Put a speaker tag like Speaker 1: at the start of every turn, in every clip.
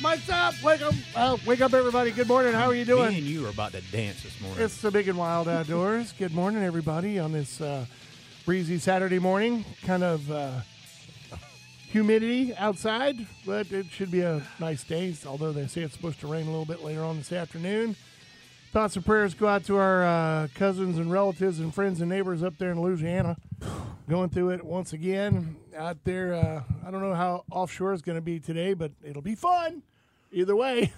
Speaker 1: Mike's up! Wake up! Uh, wake up, everybody. Good morning. How are you
Speaker 2: Me and
Speaker 1: doing?
Speaker 2: you are about to dance this morning.
Speaker 1: It's the Big and Wild Outdoors. Good morning, everybody, on this uh, breezy Saturday morning. Kind of uh, humidity outside, but it should be a nice day, although they say it's supposed to rain a little bit later on this afternoon. Thoughts and prayers go out to our uh, cousins and relatives and friends and neighbors up there in Louisiana. Going through it once again out there. Uh, I don't know how offshore is going to be today, but it'll be fun either way.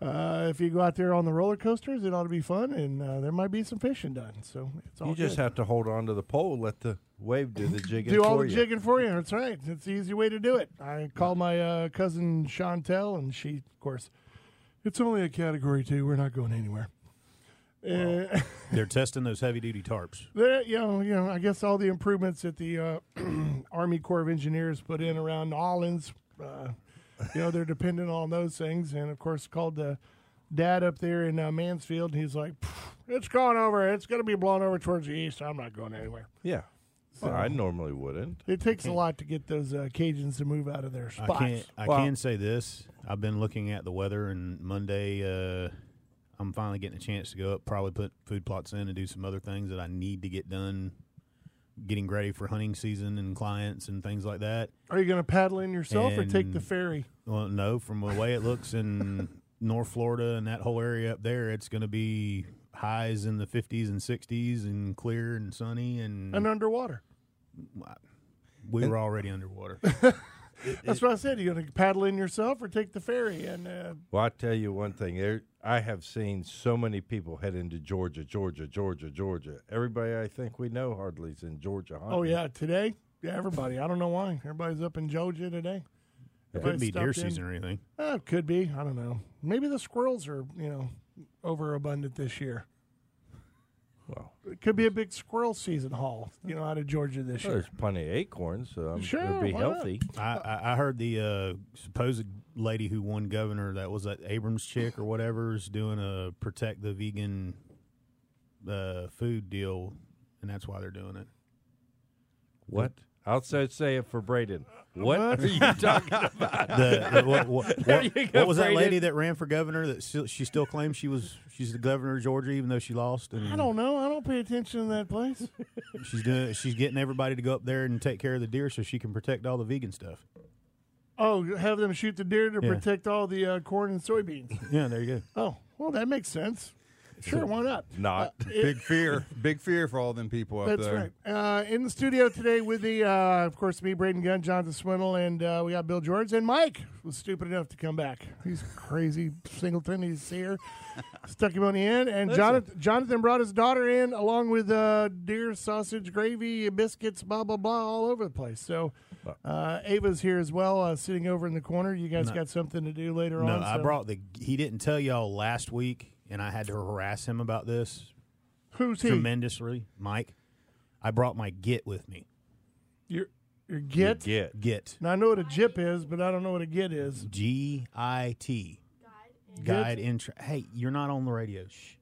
Speaker 1: Uh, if you go out there on the roller coasters, it ought to be fun, and uh, there might be some fishing done. So it's all
Speaker 3: You just
Speaker 1: good.
Speaker 3: have to hold on to the pole, let the wave do the jigging
Speaker 1: do
Speaker 3: for
Speaker 1: all the
Speaker 3: you.
Speaker 1: jigging for you. That's right. It's the easy way to do it. I called my uh, cousin Chantel, and she, of course, it's only a category two. We're not going anywhere. Uh,
Speaker 2: They're testing those heavy duty tarps.
Speaker 1: There, you know, you know, I guess all the improvements that the uh, Army Corps of Engineers put in around Allens, uh, you know, they're dependent on those things. And of course, called the dad up there in uh, Mansfield, and he's like, "Pff, "It's going over. It's going to be blown over towards the east. I'm not going anywhere."
Speaker 3: Yeah. Well, I normally wouldn't.
Speaker 1: It takes a lot to get those uh, Cajuns to move out of their spots.
Speaker 2: Mm. I can't. I
Speaker 3: Well-
Speaker 2: can say this. I've been looking at the weather, and Monday, uh, I'm finally getting a chance to go up. Probably put food plots in and do some other things that I need to get done, getting ready for hunting season and clients and things like that.
Speaker 1: Are you going to paddle in yourself or take the
Speaker 2: And- Mm.
Speaker 1: ferry?
Speaker 2: Well, no, from the way it looks in North Florida and that whole area up there, it's going to be highs in the 50s and 60s and clear and sunny and
Speaker 1: And underwater.
Speaker 2: we were already underwater.
Speaker 1: That's what I said. You going to paddle in yourself or take the ferry? And uh,
Speaker 3: Well, I tell you one thing. There, I have seen so many people head into Georgia, Georgia, Georgia, Georgia. Everybody I think we know hardly's in Georgia. Hunting.
Speaker 1: Oh yeah, today. Yeah, everybody. I don't know why everybody's up in Georgia today.
Speaker 2: Could
Speaker 1: Everybody
Speaker 2: be deer
Speaker 1: stopped in.
Speaker 2: season or anything.
Speaker 1: Uh, it could be. I don't know. Maybe the squirrels are you know overabundant this year.
Speaker 3: Well,
Speaker 1: It could be a big squirrel season haul. You know, out of Georgia this
Speaker 3: well,
Speaker 1: year.
Speaker 3: there's plenty of acorns, so I'm
Speaker 1: Sure,
Speaker 3: it'll be
Speaker 1: why not?
Speaker 3: healthy.
Speaker 2: I, I- I heard the uh, supposed lady who won governor that was that Abrams chick or whatever is doing a protect the vegan uh, food deal, and that's why they're doing it.
Speaker 3: What? I'll say, say it for Braden. What are you talking about?
Speaker 2: The, the- what, what-
Speaker 3: There
Speaker 2: what-
Speaker 3: you go,
Speaker 2: what was that
Speaker 3: Braden.
Speaker 2: lady that ran for governor that she, she still claims she was she's the governor of Georgia even though she lost? And
Speaker 1: I don't know. I don't pay attention to that place.
Speaker 2: She's doing she's getting everybody to go up there and take care of the deer so she can protect all the vegan stuff.
Speaker 1: Oh, have them shoot the deer to
Speaker 2: Yeah.
Speaker 1: protect all the uh, corn and soybeans.
Speaker 2: Yeah, there you go.
Speaker 1: Oh, well, that makes sense. Sure, why not?
Speaker 3: Not.
Speaker 4: Big fear, big fear for all them people up
Speaker 1: Uh, That's
Speaker 4: there.
Speaker 1: right. Uh, in the studio today with the, uh, of course, me, Braden Gunn, Jonathan Swindle, and uh, we got Bill George and Mike was stupid enough to come back. He's crazy Singleton. He's here, stuck him on the end, and Jonathan, Jonathan brought his daughter in along with uh, deer sausage, gravy, biscuits, blah blah blah, all over the place. So. Uh, Ava's here as well, uh, sitting over in the corner. You guys got something to do later
Speaker 2: No,
Speaker 1: on.
Speaker 2: I
Speaker 1: so-
Speaker 2: brought the he didn't tell y'all last week and I had to harass him about this
Speaker 1: who's he?
Speaker 2: tremendously, Mike. I brought my git with me.
Speaker 1: Your your git.
Speaker 3: Get.
Speaker 2: Git.
Speaker 1: Now I know what a jip is, but I don't know what a git is.
Speaker 2: G I T. Guide in tra- Hey, you're not on the radio. Shh.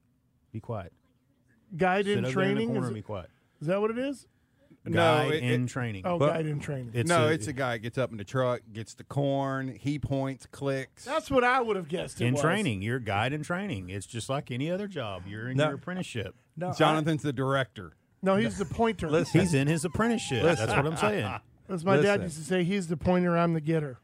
Speaker 2: Be quiet.
Speaker 1: Guide in
Speaker 2: Sit over in the
Speaker 1: training.
Speaker 2: corner
Speaker 1: is,
Speaker 2: and be quiet.
Speaker 1: Is that what it is?
Speaker 2: Guide
Speaker 4: it-
Speaker 2: in
Speaker 4: it-
Speaker 2: training.
Speaker 1: Oh,
Speaker 4: But-
Speaker 1: guide in training.
Speaker 4: no, it's a guy gets up in the truck, gets the corn, he points, clicks.
Speaker 1: That's what I would have guessed. It
Speaker 2: in
Speaker 1: was.
Speaker 2: training. You're guide in training. It's just like any other job. You're in
Speaker 3: No.
Speaker 2: your apprenticeship.
Speaker 3: No, I-
Speaker 4: Jonathan's the director.
Speaker 1: No, he's the pointer.
Speaker 3: Listen.
Speaker 2: He's in his apprenticeship. That's what I'm saying.
Speaker 1: As my dad
Speaker 3: Listen.
Speaker 1: used to say, he's the pointer. I'm the getter.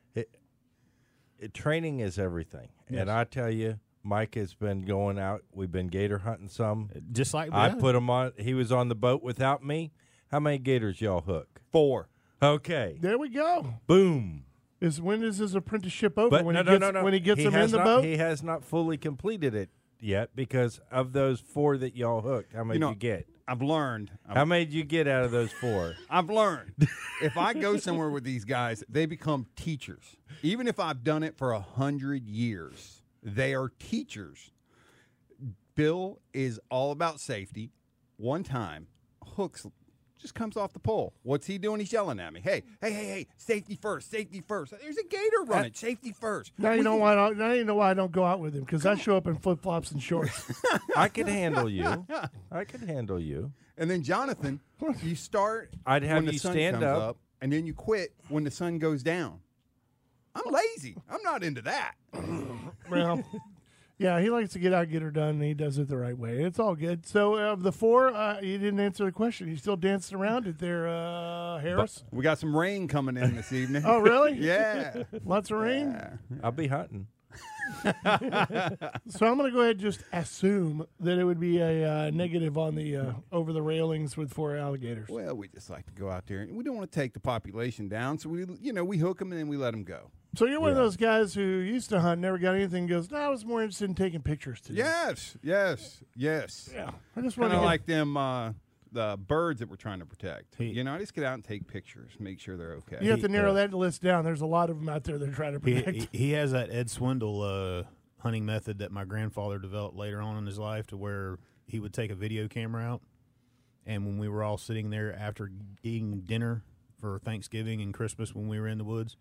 Speaker 3: it- training is everything. And I tell you, Mike has been going out. We've been gator hunting some.
Speaker 2: Just like
Speaker 3: I
Speaker 2: yeah.
Speaker 3: put him on. He was on the boat without me. How many gators y'all hook?
Speaker 4: Four.
Speaker 3: Okay.
Speaker 1: There we go.
Speaker 3: Boom.
Speaker 1: Is when is his apprenticeship over?
Speaker 3: But
Speaker 1: when
Speaker 3: no,
Speaker 1: he
Speaker 3: no,
Speaker 1: gets,
Speaker 3: no, no.
Speaker 1: When he gets him in
Speaker 3: has
Speaker 1: the
Speaker 3: not-
Speaker 1: boat.
Speaker 3: He has not fully completed it yet because of those four that y'all hooked. How many
Speaker 4: You
Speaker 3: did
Speaker 4: know-
Speaker 3: you get?
Speaker 4: I've learned.
Speaker 3: How
Speaker 4: I've,
Speaker 3: many did you get out of those four?
Speaker 4: I've learned. if I go somewhere with these guys, they become teachers. Even if I've done it for a hundred years, they are teachers. Bill is all about safety. One time, Hooks just comes off the pole. What's he doing? He's yelling at me. Hey, hey, hey, hey! Safety first! Safety first! There's a gator running. Safety first!
Speaker 1: Now you
Speaker 4: We
Speaker 1: know
Speaker 4: can-
Speaker 1: why. I don't- Now you know why I don't go out with him because I show up in flip flops and shorts.
Speaker 3: I could handle you. I could handle you.
Speaker 4: And then Jonathan, you start.
Speaker 3: I'd have
Speaker 4: when the
Speaker 3: you
Speaker 4: sun
Speaker 3: stand
Speaker 4: comes
Speaker 3: up.
Speaker 4: and then you quit when the sun goes down. I'm lazy. I'm not into that.
Speaker 1: well, yeah, he likes to get out, and get her done, and he does it the right way. It's all good. So of the four, uh, you didn't answer the question. You still dancing around it there, uh, Harris?
Speaker 4: We got some rain coming in this evening.
Speaker 1: oh, really?
Speaker 4: yeah.
Speaker 1: Lots of rain.
Speaker 3: I'll be hunting.
Speaker 1: So I'm going to go ahead and just assume that it would be a uh, negative on the uh, over the railings with four alligators.
Speaker 4: Well, we just like to go out there, and we don't want to take the population down, so we, you know, we hook them and then we let them go.
Speaker 1: So you're one of those guys who used to hunt, never got anything. Goes, no, I was more interested in taking pictures today.
Speaker 4: Yes, yes, yes.
Speaker 1: yeah. I just want to
Speaker 4: Kind of like them, uh, the birds that we're trying to protect.
Speaker 2: He-
Speaker 4: you know, I just get out and take pictures, make sure they're okay.
Speaker 1: You have to narrow
Speaker 2: uh,
Speaker 1: that list down. There's a lot of them out there they're trying to
Speaker 2: He,
Speaker 1: protect.
Speaker 2: he, he has that Ed Swindle uh, hunting method that my grandfather developed later on in his life to where he would take a video camera out. And when we were all sitting there after eating dinner for Thanksgiving and Christmas when we were in the woods,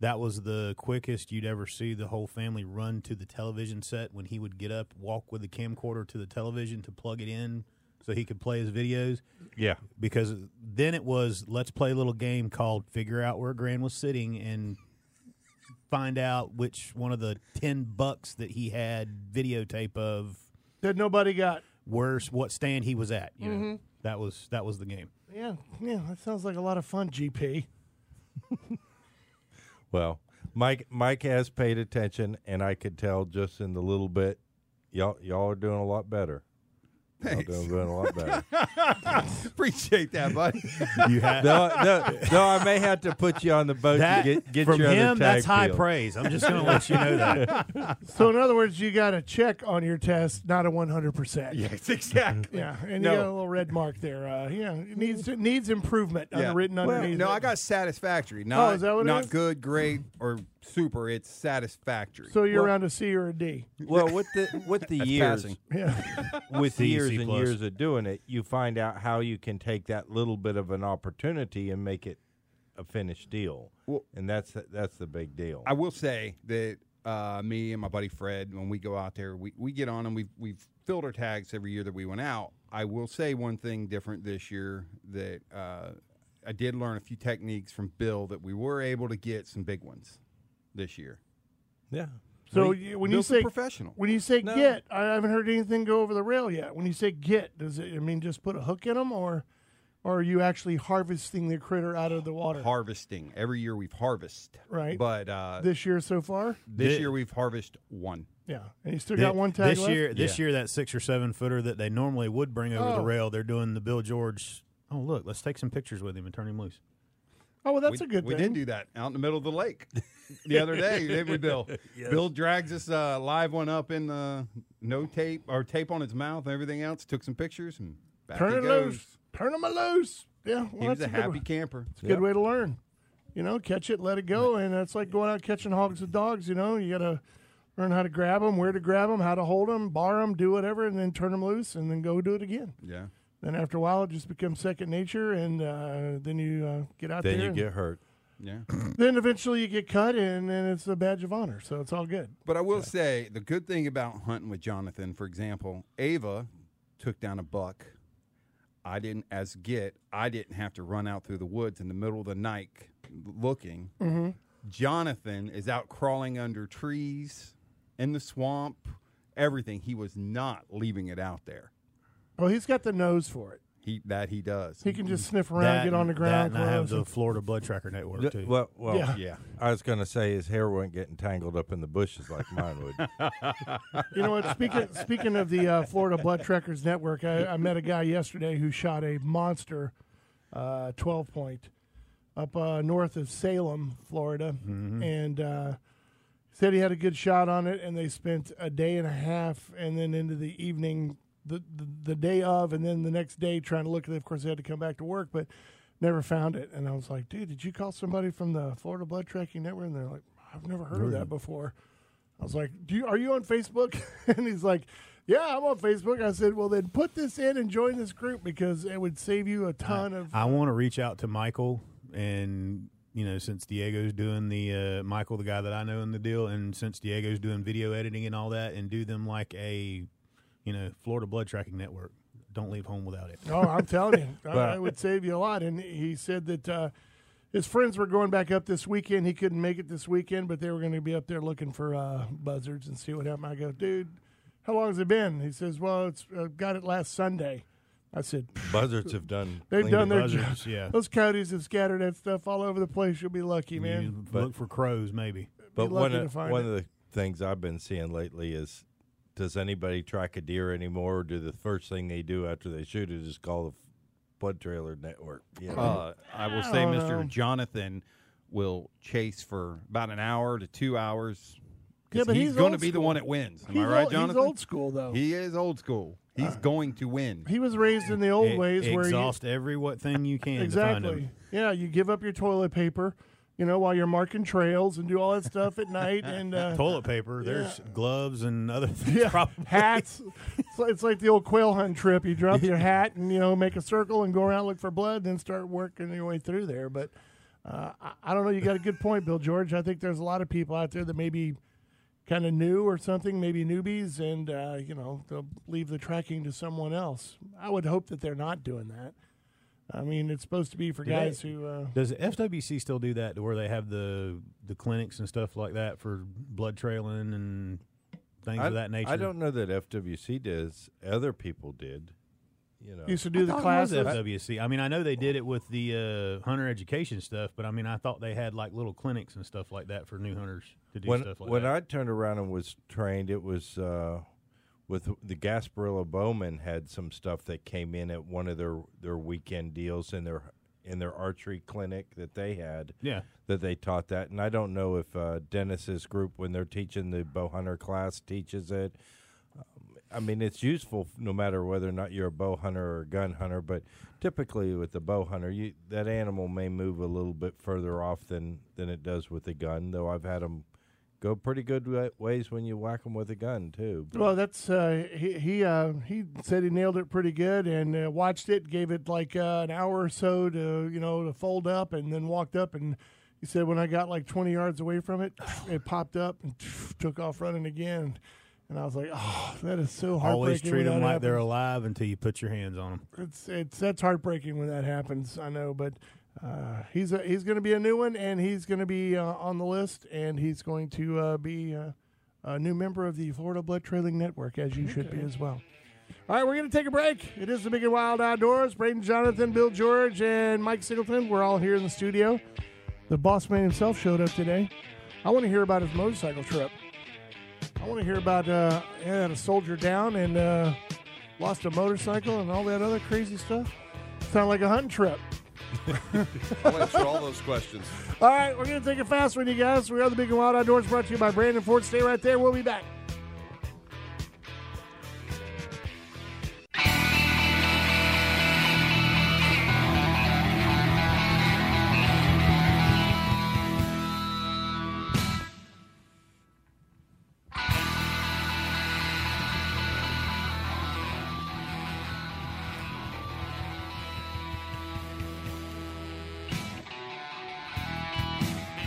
Speaker 2: that was the quickest you'd ever see the whole family run to the television set when he would get up, walk with the camcorder to the television to plug it in so he could play his videos
Speaker 3: Yeah.
Speaker 2: because then it was let's play a little game called figure out where Gran was sitting and find out which one of the 10 bucks that he had videotape of
Speaker 1: that nobody got.
Speaker 2: where what stand he was at you know that was that was the game
Speaker 1: Yeah, yeah, that sounds like a lot of fun, GP.
Speaker 3: Well, Mike Mike has paid attention, and I could tell just in the little bit, y'all y'all are doing a lot better.
Speaker 4: Thanks.
Speaker 3: Y'all doing a lot better.
Speaker 4: Appreciate that, buddy.
Speaker 2: you had
Speaker 3: no, no, no, I may have to put you on the boat
Speaker 2: that
Speaker 3: to get, get
Speaker 2: from
Speaker 3: your other
Speaker 2: him that's
Speaker 3: tag
Speaker 2: high
Speaker 3: field.
Speaker 2: praise i'm just gonna let you know that
Speaker 1: So in other words, you got a check on your test, not a 100%.
Speaker 4: yes, exactly.
Speaker 1: Yeah, and
Speaker 4: No.
Speaker 1: you got a little red mark there. Uh, yeah, it needs it needs improvement
Speaker 4: Yeah.
Speaker 1: written underneath.
Speaker 4: No,
Speaker 1: it. Oh,
Speaker 4: I got satisfactory. Not,
Speaker 1: is that what it
Speaker 4: not
Speaker 1: is?
Speaker 4: good, great, or super. It's satisfactory.
Speaker 1: So you're
Speaker 3: Well-
Speaker 1: around a C or a D.
Speaker 3: Well, with the with the years,
Speaker 4: passing.
Speaker 1: Yeah,
Speaker 3: with
Speaker 2: C,
Speaker 3: years
Speaker 2: C
Speaker 3: and
Speaker 2: plus.
Speaker 3: years of doing it, you find out how you can take that little bit of an opportunity and make it a finished deal.
Speaker 4: Well-
Speaker 3: and that's that's the big deal.
Speaker 4: I will say that uh, me and my buddy Fred, when we go out there, we, we get on and we've, we've filled our tags every year that we went out. I will say one thing different this year that uh, I did learn a few techniques from Bill that we were able to get some big ones this year.
Speaker 3: yeah.
Speaker 1: So you, when
Speaker 4: Bill's a
Speaker 1: you say
Speaker 4: professional.
Speaker 1: when you say
Speaker 3: No.
Speaker 1: get, I haven't heard anything go over the rail yet. When you say get, does it I mean just put a hook in them, or, or are you actually harvesting the critter out of the water?
Speaker 4: Harvesting. Every year we've harvest.
Speaker 1: Right.
Speaker 4: But uh, this,
Speaker 1: this year so far,
Speaker 2: Thi-
Speaker 4: year we've harvest one.
Speaker 1: yeah, and you still got one tag
Speaker 2: this
Speaker 1: left?
Speaker 2: year this
Speaker 3: Yeah.
Speaker 2: year that six or seven footer that they normally would bring over
Speaker 1: Oh.
Speaker 2: the rail they're doing the bill george oh look let's take some pictures with him and turn him loose
Speaker 1: Oh, well, that's
Speaker 4: we,
Speaker 1: a good
Speaker 4: We
Speaker 1: thing.
Speaker 4: did do that out in the middle of the lake the other day, didn't we, Bill? Bill drags us uh, live one up in the no tape or tape on his mouth and everything else. Took some pictures and back
Speaker 1: Turn
Speaker 4: he
Speaker 1: it
Speaker 4: goes.
Speaker 1: loose. Turn them loose. Yeah, well,
Speaker 4: He was
Speaker 1: that's
Speaker 4: a
Speaker 1: good
Speaker 4: happy
Speaker 1: one.
Speaker 4: camper.
Speaker 1: It's a good way to learn. You know, catch it, let it go, and it's like going out catching hogs with dogs. You know, you got to learn how to grab them, where to grab them, how to hold them, bar them, do whatever, and then turn them loose, and then go do it again.
Speaker 4: Yeah.
Speaker 1: Then after a while, it just becomes second nature, and uh, then you uh, get out
Speaker 3: Then
Speaker 1: there.
Speaker 3: you
Speaker 1: and
Speaker 3: get hurt.
Speaker 4: Yeah.
Speaker 1: then eventually you get cut, and then it's a badge of honor, so it's all good.
Speaker 4: But I will say the good thing about hunting with Jonathan, for example, Ava took down a buck. I didn't as get. I didn't have to run out through the woods in the middle of the night looking. Jonathan is out crawling under trees in the swamp, everything. He was not leaving it out there.
Speaker 1: Well, he's got the nose for it.
Speaker 4: He that he does.
Speaker 1: He can just sniff around,
Speaker 2: that,
Speaker 1: get on the
Speaker 2: that
Speaker 1: ground.
Speaker 2: and i have
Speaker 1: close,
Speaker 2: the Oh, florida blood tracker network too
Speaker 3: Well, well,
Speaker 1: Yeah.
Speaker 4: yeah.
Speaker 3: I was going to say his hair wasn't getting tangled up in the bushes like mine would.
Speaker 1: You know what? Speaking speaking of the uh, Florida Blood Trekkers Network, I, I met a guy yesterday who shot a monster uh, twelve point up uh, north of Salem, Florida, and uh, said he had a good shot on it. And they spent a day and a half, and then into the evening, the the, the day of, and then the next day trying to look at it. Of course, they had to come back to work, but never found it. And I was like, dude, did you call somebody from the Florida Blood Trekking Network? And they're like, I've never heard of that before. I was like, "Do you, are you on Facebook?" and he's like, yeah, I'm on Facebook. I said, well, then put this in and join this group because it would save you a ton of.
Speaker 2: I want to reach out to Michael and you know since Diego's doing the uh, Michael the guy that I know in the deal and since Diego's doing video editing and all that and do them like a you know Florida blood tracking network. Don't leave home without it.
Speaker 1: Oh, I'm telling you, I- it would save you a lot. And he said that uh, his friends were going back up this weekend. He couldn't make it this weekend, but they were going to be up there looking for uh, buzzards and see what happened. I go, dude, how long has it been? He says, well, it's uh, got it last Sunday. I said,
Speaker 3: Buzzards have done.
Speaker 1: they've
Speaker 3: cleaned
Speaker 1: done
Speaker 3: it
Speaker 1: their
Speaker 3: up.
Speaker 1: job.
Speaker 2: Buzzards, yeah.
Speaker 1: Those coyotes have scattered that stuff all over the place. You'll be lucky, man.
Speaker 2: You look for crows maybe.
Speaker 3: But one
Speaker 1: lucky to
Speaker 3: of,
Speaker 1: find
Speaker 3: one
Speaker 1: it.
Speaker 3: of the things I've been seeing lately is, does anybody track a deer anymore? Or do the first thing they do after they shoot it is call the Blood Trailer Network? Yeah.
Speaker 4: Uh, I will say,
Speaker 1: don't
Speaker 4: Mr.
Speaker 1: know.
Speaker 4: Jonathan will chase for about an hour to two hours. 'cause
Speaker 1: Yeah, but
Speaker 4: he's,
Speaker 1: he's
Speaker 4: going to
Speaker 1: old
Speaker 4: be the
Speaker 1: school.
Speaker 4: one that wins. Am
Speaker 1: he's
Speaker 4: I right,
Speaker 1: old,
Speaker 4: Jonathan?
Speaker 1: He's old school, Uh, though. He,
Speaker 4: He is old school. He's going to win.
Speaker 1: was raised in the old
Speaker 2: E-
Speaker 1: ways where you,
Speaker 2: exhaust every what thing you can to find
Speaker 1: Exactly.
Speaker 2: them.
Speaker 1: Yeah, you give up your toilet paper, you know, while you're marking trails and do all that stuff at night and uh,
Speaker 2: Toilet paper. There's gloves and other things.
Speaker 1: yeah,
Speaker 2: probably.
Speaker 1: hats. It's like, it's like the old quail hunt trip. You drop your hat and you know make a circle and go around look for blood, then start working your way through there. But uh, I, I don't know. You got a good point, Bill George. I think there's a lot of people out there that maybe kind of new or something, maybe newbies, and uh, you know they'll leave the tracking to someone else. I would hope that they're not doing that. I mean, it's supposed to be for
Speaker 2: they-
Speaker 1: guys who. Uh,
Speaker 2: Does the FWC still do that to where they have the the clinics and stuff like that for blood trailing and things
Speaker 3: I,
Speaker 2: of that nature?
Speaker 3: I don't know that FWC does. Other people did. You know.
Speaker 1: used to do the
Speaker 2: I thought it was
Speaker 1: classes.
Speaker 2: FWC. I mean, I know they did it with the uh, hunter education stuff, but I mean, I thought they had like little clinics and stuff like that for new hunters to do
Speaker 3: when
Speaker 2: stuff like
Speaker 3: when
Speaker 2: that.
Speaker 3: I turned around and was trained, it was uh, with the Gasparilla Bowman had some stuff that came in at one of their their weekend deals in their in their archery clinic that they had.
Speaker 2: yeah,
Speaker 3: that they taught that. And I don't know if uh, Dennis's group, when they're teaching the bow hunter class, teaches it. Um, I mean, it's useful f- no matter whether or not you're a bow hunter or a gun hunter. But typically, with the bow hunter, you, that animal may move a little bit further off than than it does with the gun. Though I've had them go pretty good wa- ways when you whack them with a gun too. But
Speaker 1: Well, that's uh, he he uh, he said he nailed it pretty good and uh, watched it, gave it like uh, an hour or so to you know to fold up, and then walked up and he said when I got like twenty yards away from it, it popped up and took off running again, and I was like, oh, that is so heartbreaking.
Speaker 2: always treat
Speaker 1: when
Speaker 2: them
Speaker 1: that
Speaker 2: like they're
Speaker 1: happens."
Speaker 2: alive until you put your hands on them.
Speaker 1: It's it's that's heartbreaking when that happens. I know, but. Uh, he's a, he's going to be a new one, and he's going to be uh, on the list, and he's going to uh, be uh, a new member of the Florida Blood Trailing Network, as you should be as well. All right, we're going to take a break. It is the Big and Wild Outdoors. Braden Jonathan, Bill George, and Mike Singleton. We're all here in the studio. The boss man himself showed up today. I want to hear about his motorcycle trip. I want to hear about uh, had a soldier down and uh, lost a motorcycle and all that other crazy stuff. Sound like a hunting trip.
Speaker 5: I'll answer all those questions.
Speaker 1: All right, we're going to take a fast one, you guys. We are the Big and Wild Outdoors brought to you by Brandon Ford. Stay right there. We'll be back.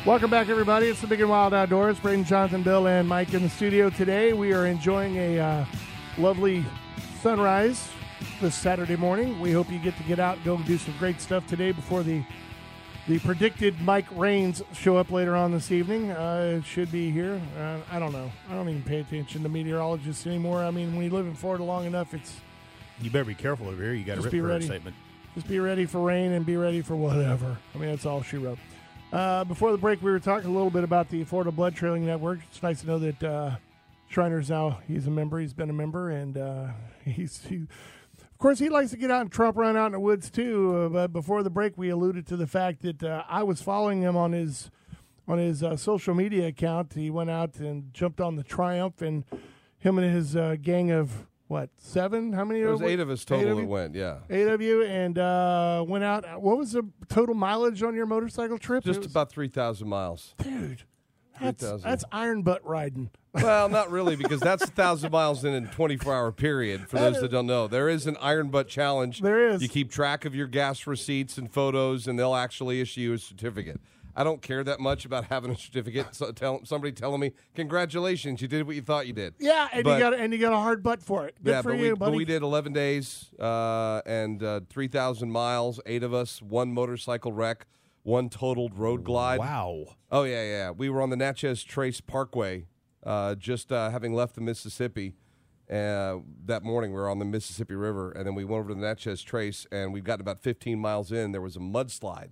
Speaker 1: Welcome back, everybody. It's the Big and Wild Outdoors. Braden, Jonathan, Bill, and Mike in the studio today. We are enjoying a uh, lovely sunrise this Saturday morning. We hope you get to get out, go and do some great stuff today before the the predicted Mike rains show up later on this evening. Uh, it should be here. Uh, I don't know. I don't even pay attention to meteorologists anymore. I mean, when you live in Florida long enough, it's
Speaker 2: You better be careful over here. You got a
Speaker 1: Just
Speaker 2: rip
Speaker 1: be
Speaker 2: current
Speaker 1: ready.
Speaker 2: statement.
Speaker 1: just be ready for rain and be ready for whatever. I mean, that's all she wrote. Uh, before the break, we were talking a little bit about the Florida Blood Trailing Network. It's nice to know that uh, Shriner's now he's a member. He's been a member, and uh, he's he, of course he likes to get out and trump around out in the woods too. Uh, but before the break, we alluded to the fact that uh, I was following him on his on his uh, social media account. He went out and jumped on the Triumph, and him and his uh, gang of what seven? How many?
Speaker 5: There was eight of us total
Speaker 1: of
Speaker 5: that
Speaker 1: you?
Speaker 5: went, yeah.
Speaker 1: eight of you and uh, went out. What was the total mileage on your motorcycle trip? It
Speaker 5: Just
Speaker 1: was-
Speaker 5: about 3,000 miles.
Speaker 1: dude. That's,
Speaker 5: 3,000.
Speaker 1: that's iron butt riding.
Speaker 5: Well, not really, because that's a thousand miles in a 24 hour period. For those that don't know, there is an Iron Butt Challenge.
Speaker 1: There is.
Speaker 5: You keep track of your gas receipts and photos, and they'll actually issue you a certificate. I don't care that much about having a certificate. So tell, somebody telling me, "Congratulations, you did what you thought you did."
Speaker 1: Yeah, and
Speaker 5: But-
Speaker 1: you got and you got a hard butt for it. Good
Speaker 5: yeah,
Speaker 1: for
Speaker 5: but,
Speaker 1: you,
Speaker 5: we,
Speaker 1: buddy.
Speaker 5: but we did 11 days uh, and uh, 3,000 miles, eight of us, one motorcycle wreck, one totaled road glide.
Speaker 2: Wow.
Speaker 5: Oh, yeah, yeah. We were on the Natchez Trace Parkway uh, just uh, having left the Mississippi. Uh, that morning, we were on the Mississippi River, and then we went over to the Natchez Trace, and we got about 15 miles in. There was a mudslide.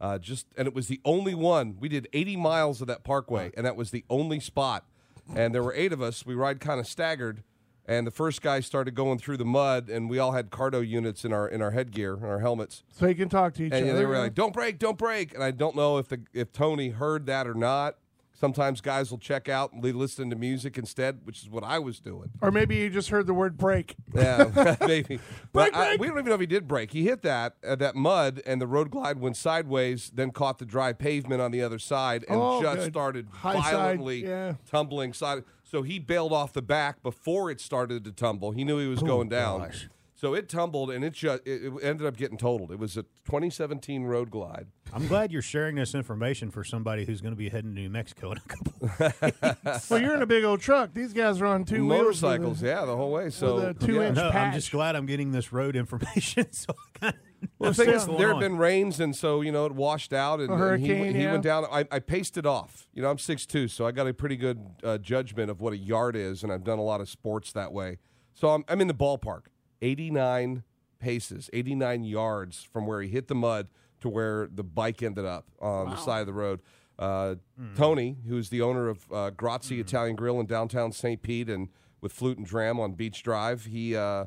Speaker 5: Uh, just and it was the only one we did 80 miles of that parkway, and that was the only spot. And there were eight of us. We ride kind of staggered, and the first guy started going through the mud, and we all had cardo units in our in our headgear and our helmets.
Speaker 1: so you can talk to each
Speaker 5: And
Speaker 1: other.
Speaker 5: yeah, they were like, "Don't break, don't break." And I don't know if the if Tony heard that or not. Sometimes guys will check out and they listen to music instead, which is what I was doing.
Speaker 1: or maybe you just heard the word break.
Speaker 5: Yeah, maybe.
Speaker 1: Break,
Speaker 5: But I-
Speaker 1: break.
Speaker 5: we don't even know if he did break. He hit that uh, that mud, and the road glide went sideways, then caught the dry pavement on the other side, and
Speaker 1: Oh,
Speaker 5: just
Speaker 1: good.
Speaker 5: started
Speaker 1: High side,
Speaker 5: violently
Speaker 1: yeah.
Speaker 5: tumbling side. So he bailed off the back before it started to tumble. He knew he
Speaker 1: Oh,
Speaker 5: was going down. So it tumbled, and it just it, it ended up getting totaled. It was a 2017 road glide.
Speaker 2: I'm glad you're sharing this information for somebody who's going to be heading to New Mexico in a couple.
Speaker 1: Well, you're in a big old truck. These guys are on two wheels with a-
Speaker 5: motorcycles, yeah, the whole way. So
Speaker 1: a two
Speaker 5: yeah.
Speaker 1: inch-
Speaker 2: No, I'm
Speaker 1: patch.
Speaker 2: just glad I'm getting this road information. So I kind of
Speaker 5: Well, the thing is, there have been rains, and so you know it washed out, and,
Speaker 1: A
Speaker 5: and he,
Speaker 1: hurricane,
Speaker 5: he
Speaker 1: yeah.
Speaker 5: went down. I, I paced it off. You know, I'm 6'2", so I got a pretty good uh, judgment of what a yard is, and I've done a lot of sports that way. So I'm, I'm in the ballpark, 89 paces, 89 yards from where he hit the mud to where the bike ended up on the side of the road. Uh, Tony, who's the owner of uh, Grazzi Italian Grill in downtown St. Pete, and with Flute and Dram on Beach Drive, he. Uh,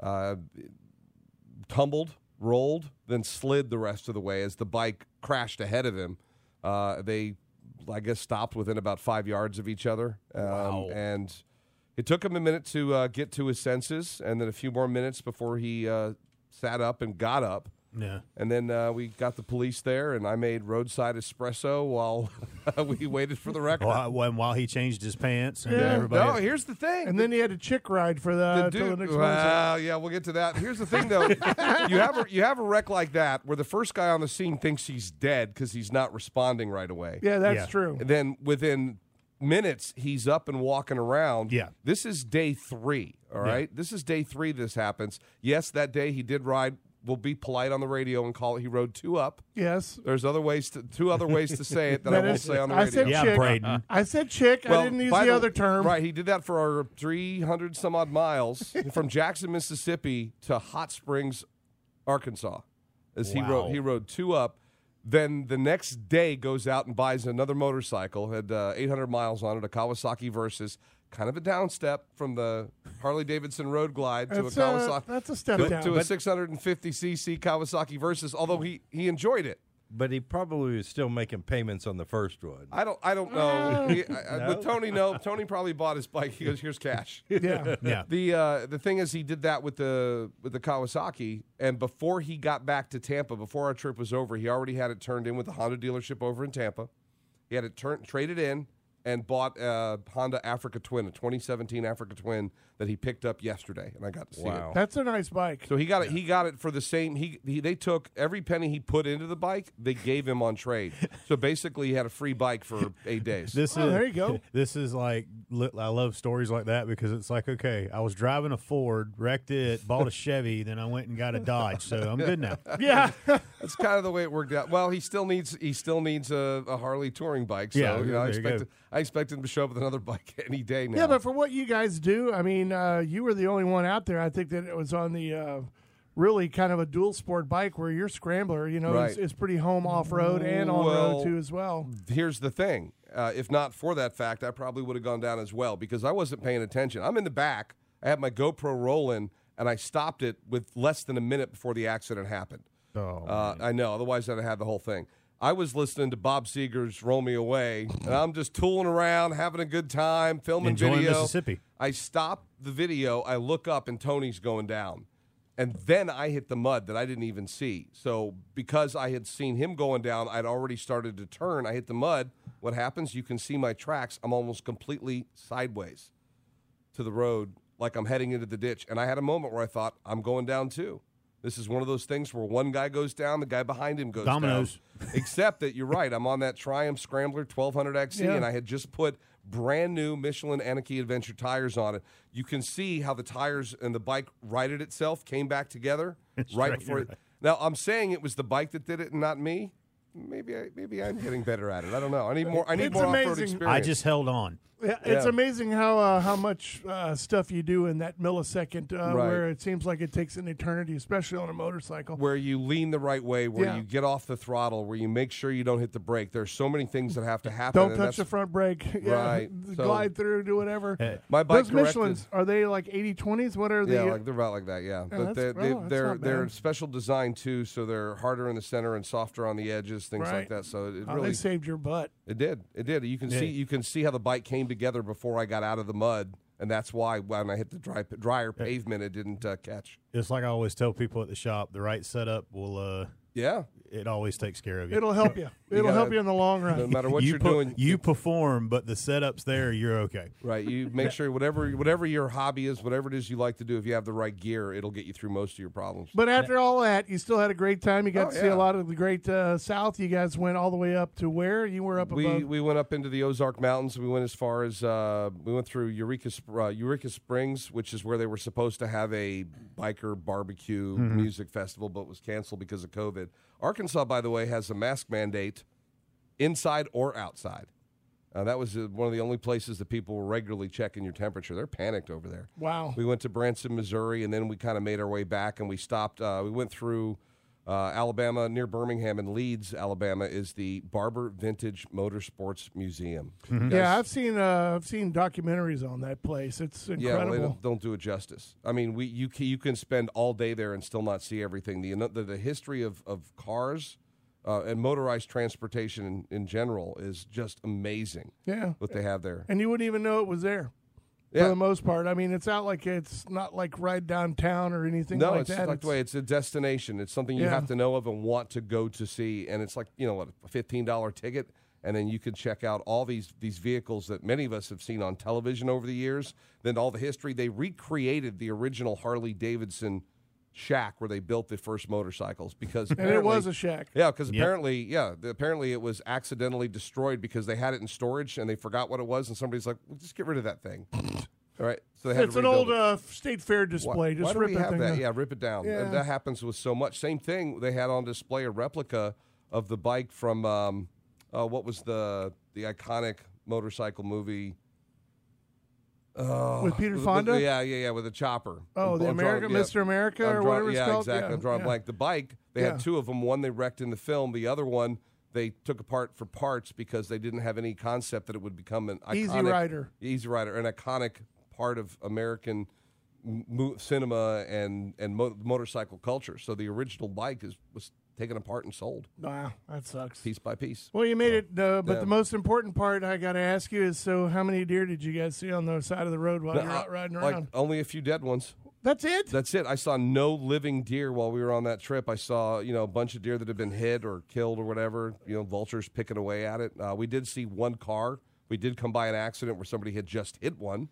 Speaker 5: uh, tumbled, rolled, then slid the rest of the way as the bike crashed ahead of him. Uh, they, I guess, stopped within about five yards of each other. Um, And it took him a minute to uh, get to his senses, and then a few more minutes before he uh, sat up and got up.
Speaker 2: Yeah.
Speaker 5: And then uh, we got the police there, and I made roadside espresso while we waited for the record.
Speaker 2: While, when- while he changed his pants and
Speaker 1: Yeah. Oh,
Speaker 2: everybody.
Speaker 5: No, here's the thing.
Speaker 1: And then he had a chick ride for the,
Speaker 5: the
Speaker 1: Uh, till the
Speaker 5: dude.
Speaker 1: next one.
Speaker 5: well, yeah, we'll get to that. Here's the thing, though. you have a, you have a wreck like that where the first guy on the scene thinks he's dead because he's not responding right away.
Speaker 1: Yeah, that's
Speaker 2: Yeah.
Speaker 1: true.
Speaker 5: And then within minutes, he's up and walking around.
Speaker 2: Yeah.
Speaker 5: This is day three. All right. This is day three. This happens. Yes, that day he did ride. We'll be polite on the radio and call it. He rode two up.
Speaker 1: Yes.
Speaker 5: There's other ways to two other ways to say it that,
Speaker 1: That
Speaker 5: I won't
Speaker 1: is-
Speaker 5: say on the
Speaker 1: I
Speaker 5: radio.
Speaker 1: said
Speaker 2: Yeah,
Speaker 1: chick.
Speaker 2: Braden.
Speaker 1: I said chick.
Speaker 5: Well,
Speaker 1: I didn't use
Speaker 5: by
Speaker 1: the, other term.
Speaker 5: Right, he did that for our 300 some odd miles from Jackson, Mississippi to Hot Springs, Arkansas. As he
Speaker 2: Wow.
Speaker 5: rode, he rode two up. Then the next day goes out and buys another motorcycle, had uh, 800 miles on it, a Kawasaki Versus, kind of a down step from the Harley Davidson Road Glide to
Speaker 1: That's
Speaker 5: a
Speaker 1: a-
Speaker 5: Kawasaki.
Speaker 1: that's a step
Speaker 5: to,
Speaker 1: down.
Speaker 5: to a
Speaker 1: But-
Speaker 5: 650cc Kawasaki Versus. Although he he enjoyed it.
Speaker 3: But he probably was still making payments on the first one.
Speaker 5: I don't. I don't know. He- I- I- But Tony, no. Tony probably bought his bike. He goes, "Here's cash."
Speaker 1: Yeah.
Speaker 2: yeah.
Speaker 5: The uh, the thing is, he did that with the with the Kawasaki, and before he got back to Tampa, before our trip was over, he already had it turned in with the Honda dealership over in Tampa. He had it turned traded in and bought a Honda Africa Twin, a 2017 Africa Twin that he picked up yesterday, and I got to see it.
Speaker 3: Wow.
Speaker 1: That's a nice bike.
Speaker 5: So he got it. He got it for the same. He, he they took every penny he put into the bike. They gave him on trade. so basically, he had a free bike for eight days.
Speaker 2: This
Speaker 1: Oh,
Speaker 2: is
Speaker 1: there you go.
Speaker 2: This is like li- I love stories like that because it's like okay, I was driving a Ford, wrecked it, bought a Chevy, then I went and got a Dodge, so I'm good now.
Speaker 1: Yeah.
Speaker 5: That's kind of the way it worked out. Well, he still needs he still needs a, a Harley touring bike. So
Speaker 2: Yeah,
Speaker 5: you know,
Speaker 2: there
Speaker 5: I
Speaker 2: you
Speaker 5: expect
Speaker 2: go.
Speaker 5: I expect him to show up with another bike any day now.
Speaker 1: Yeah, but for what you guys do, I mean, uh, you were the only one out there. I think that it was on the uh, really kind of a dual sport bike where your scrambler, you know, is,
Speaker 5: Right.
Speaker 1: is pretty home off road and on road
Speaker 5: Well-
Speaker 1: too as well.
Speaker 5: here's the thing: uh, if not for that fact, I probably would have gone down as well because I wasn't paying attention. I'm in the back. I had my GoPro rolling, and I stopped it with less than a minute before the accident happened.
Speaker 2: Oh,
Speaker 5: uh, I know. Otherwise, I'd have had the whole thing. I was listening to Bob Seger's "Roll Me Away," and I'm just tooling around, having a good time, filming
Speaker 2: Enjoying
Speaker 5: video.
Speaker 2: Mississippi.
Speaker 5: I stop the video. I look up, and Tony's going down. and then I hit the mud that I didn't even see. So because I had seen him going down, I'd already started to turn. I hit the mud. What happens? You can see my tracks. I'm almost completely sideways to the road, like I'm heading into the ditch. And I had a moment where I thought, I'm going down too. This is one of those things where one guy goes down, the guy behind him goes
Speaker 2: Dominoes.
Speaker 5: down. Except that you're right. I'm on that Triumph Scrambler 1200 XC,
Speaker 1: Yeah.
Speaker 5: and I had just put brand new Michelin Anarchy Adventure tires on it. You can see how the tires and the bike righted itself, came back together right before. It, now I'm saying it was the bike that did it and not me. Maybe I, maybe I'm getting better at it. I don't know. I need more. I need
Speaker 1: It's
Speaker 5: more off-road
Speaker 1: amazing.
Speaker 5: experience.
Speaker 2: I just held on.
Speaker 1: Yeah, it's
Speaker 5: Yeah.
Speaker 1: amazing how uh, how much uh, stuff you do in that millisecond, uh,
Speaker 5: Right.
Speaker 1: where it seems like it takes an eternity, especially on a motorcycle.
Speaker 5: where you lean the right way, where
Speaker 1: Yeah.
Speaker 5: you get off the throttle, where you make sure you don't hit the brake. There's so many things that have to happen.
Speaker 1: Don't
Speaker 5: and
Speaker 1: touch
Speaker 5: that's-
Speaker 1: the front brake. yeah,
Speaker 5: Right, so- Eh,
Speaker 1: glide through, do whatever.
Speaker 5: My bike
Speaker 1: Those
Speaker 5: directed-
Speaker 1: Michelin's are they like 80-20s? What are they?
Speaker 5: Yeah, like they're about like that. Yeah,
Speaker 1: that's-
Speaker 5: but they're,
Speaker 1: well, that's
Speaker 5: they, are
Speaker 1: not
Speaker 5: they're
Speaker 1: bad.
Speaker 5: special design too, so they're harder in the center and softer on the edges, things
Speaker 1: Right.
Speaker 5: like that. So it
Speaker 1: Oh,
Speaker 5: really
Speaker 1: They saved your butt.
Speaker 5: it did it did. You can see you can see how the bike came together before I got out of the mud, and that's why when I hit the dry, drier pavement, it didn't uh, catch.
Speaker 2: It's like I always tell people at the shop: the right setup will. Uh,
Speaker 5: Yeah,
Speaker 2: it always takes care of you.
Speaker 1: It'll help you. It'll
Speaker 5: gotta-
Speaker 1: help you in the long
Speaker 5: no
Speaker 1: run.
Speaker 5: matter what
Speaker 2: you
Speaker 5: you are
Speaker 2: per-
Speaker 5: doing,
Speaker 2: you perform, but the setup's there. You're okay.
Speaker 5: Right. You make sure whatever whatever your hobby is, whatever it is you like to do, if you have the right gear, it'll get you through most of your problems.
Speaker 1: But after all that, you still had a great time. You got
Speaker 5: Oh,
Speaker 1: to see
Speaker 5: yeah.
Speaker 1: a lot of the great uh, South. You guys went all the way up to where you were up above.
Speaker 5: we we went up into the Ozark Mountains. We went as far as uh, we went through Eureka Sp- uh, Eureka Springs, which is where they were supposed to have a biker barbecue
Speaker 1: Mm-hmm.
Speaker 5: music festival, but was canceled because of COVID. Arkansas, by the way, has a mask mandate inside or outside. Uh, that was uh, one of the only places that people were regularly checking your temperature. They're panicked over there.
Speaker 1: wow.
Speaker 5: We went to Branson, Missouri, and then we kind of made our way back and we stopped. Uh, we went through uh, Alabama near Birmingham and Leeds, Alabama is the Barber Vintage Motorsports Museum.
Speaker 1: Mm-hmm. yeah, I've seen uh, I've seen documentaries on that place. It's
Speaker 5: Yeah, well,
Speaker 1: incredible.
Speaker 5: they don't, don't do it justice. I mean, we you ca- you can spend all day there and still not see everything. The ano- the, the history of of cars uh, and motorized transportation in, in general is just amazing.
Speaker 1: Yeah.
Speaker 5: what they have there.
Speaker 1: and you wouldn't even know it was there. For
Speaker 5: Yeah.
Speaker 1: the most part, I mean, it's out like it's not like right downtown or anything
Speaker 5: No,
Speaker 1: like
Speaker 5: it's
Speaker 1: that.
Speaker 5: like the way it's a destination. It's something you
Speaker 1: Yeah.
Speaker 5: have to know of and want to go to see. And it's like you know what, a fifteen dollar ticket, and then you can check out all these these vehicles that many of us have seen on television over the years. Then all the history they recreated the original Harley Davidson shack where they built the first motorcycles because
Speaker 1: and it was
Speaker 5: apparently-
Speaker 1: a shack.
Speaker 5: yeah, because apparently, yeah, the, apparently it was accidentally destroyed because they had it in storage and they forgot what it was, and somebody's like, well, "Just get rid of that thing." All right, so they had
Speaker 1: It's
Speaker 5: to
Speaker 1: an
Speaker 5: rebuild
Speaker 1: old
Speaker 5: it.
Speaker 1: uh, state fair
Speaker 5: Why-
Speaker 1: display.
Speaker 5: why
Speaker 1: Just
Speaker 5: do
Speaker 1: rip
Speaker 5: we
Speaker 1: that
Speaker 5: have
Speaker 1: thing
Speaker 5: that?
Speaker 1: up.
Speaker 5: Yeah, rip it down.
Speaker 1: Yeah.
Speaker 5: And that happens with so much. Same thing. They had on display a replica of the bike from um, uh, what was the the iconic motorcycle movie uh,
Speaker 1: With Peter Fonda?
Speaker 5: yeah, yeah, yeah, with a chopper.
Speaker 1: Oh,
Speaker 5: I'm-
Speaker 1: the
Speaker 5: I'm drawing-
Speaker 1: American
Speaker 5: yeah.
Speaker 1: Mr. America
Speaker 5: I'm
Speaker 1: or
Speaker 5: draw-
Speaker 1: whatever it's
Speaker 5: yeah,
Speaker 1: called.
Speaker 5: exactly.
Speaker 1: Yeah,
Speaker 5: I'm drawing
Speaker 1: yeah.
Speaker 5: blank. The bike. They
Speaker 1: Yeah.
Speaker 5: had two of them. One they wrecked in the film. The other one they took apart for parts because they didn't have any concept that it would become an iconic,
Speaker 1: Easy Rider.
Speaker 5: Easy Rider, an iconic part of American m- mo- cinema and and mo- motorcycle culture. So the original bike is was taken apart and sold
Speaker 1: Wow, that sucks.
Speaker 5: piece by piece.
Speaker 1: Well, you made it, uh, but
Speaker 5: Yeah.
Speaker 1: the most important part I got to ask you is: so, how many deer did you guys see on the side of the road while
Speaker 5: No,
Speaker 1: you're
Speaker 5: I-
Speaker 1: out riding
Speaker 5: like,
Speaker 1: around?
Speaker 5: only a few dead ones.
Speaker 1: That's it.
Speaker 5: That's it. I saw no living deer while we were on that trip. I saw, you know, a bunch of deer that had been hit or killed or whatever. You know, vultures picking away at it. Uh, we did see one car. We did come by an accident where somebody had just hit one.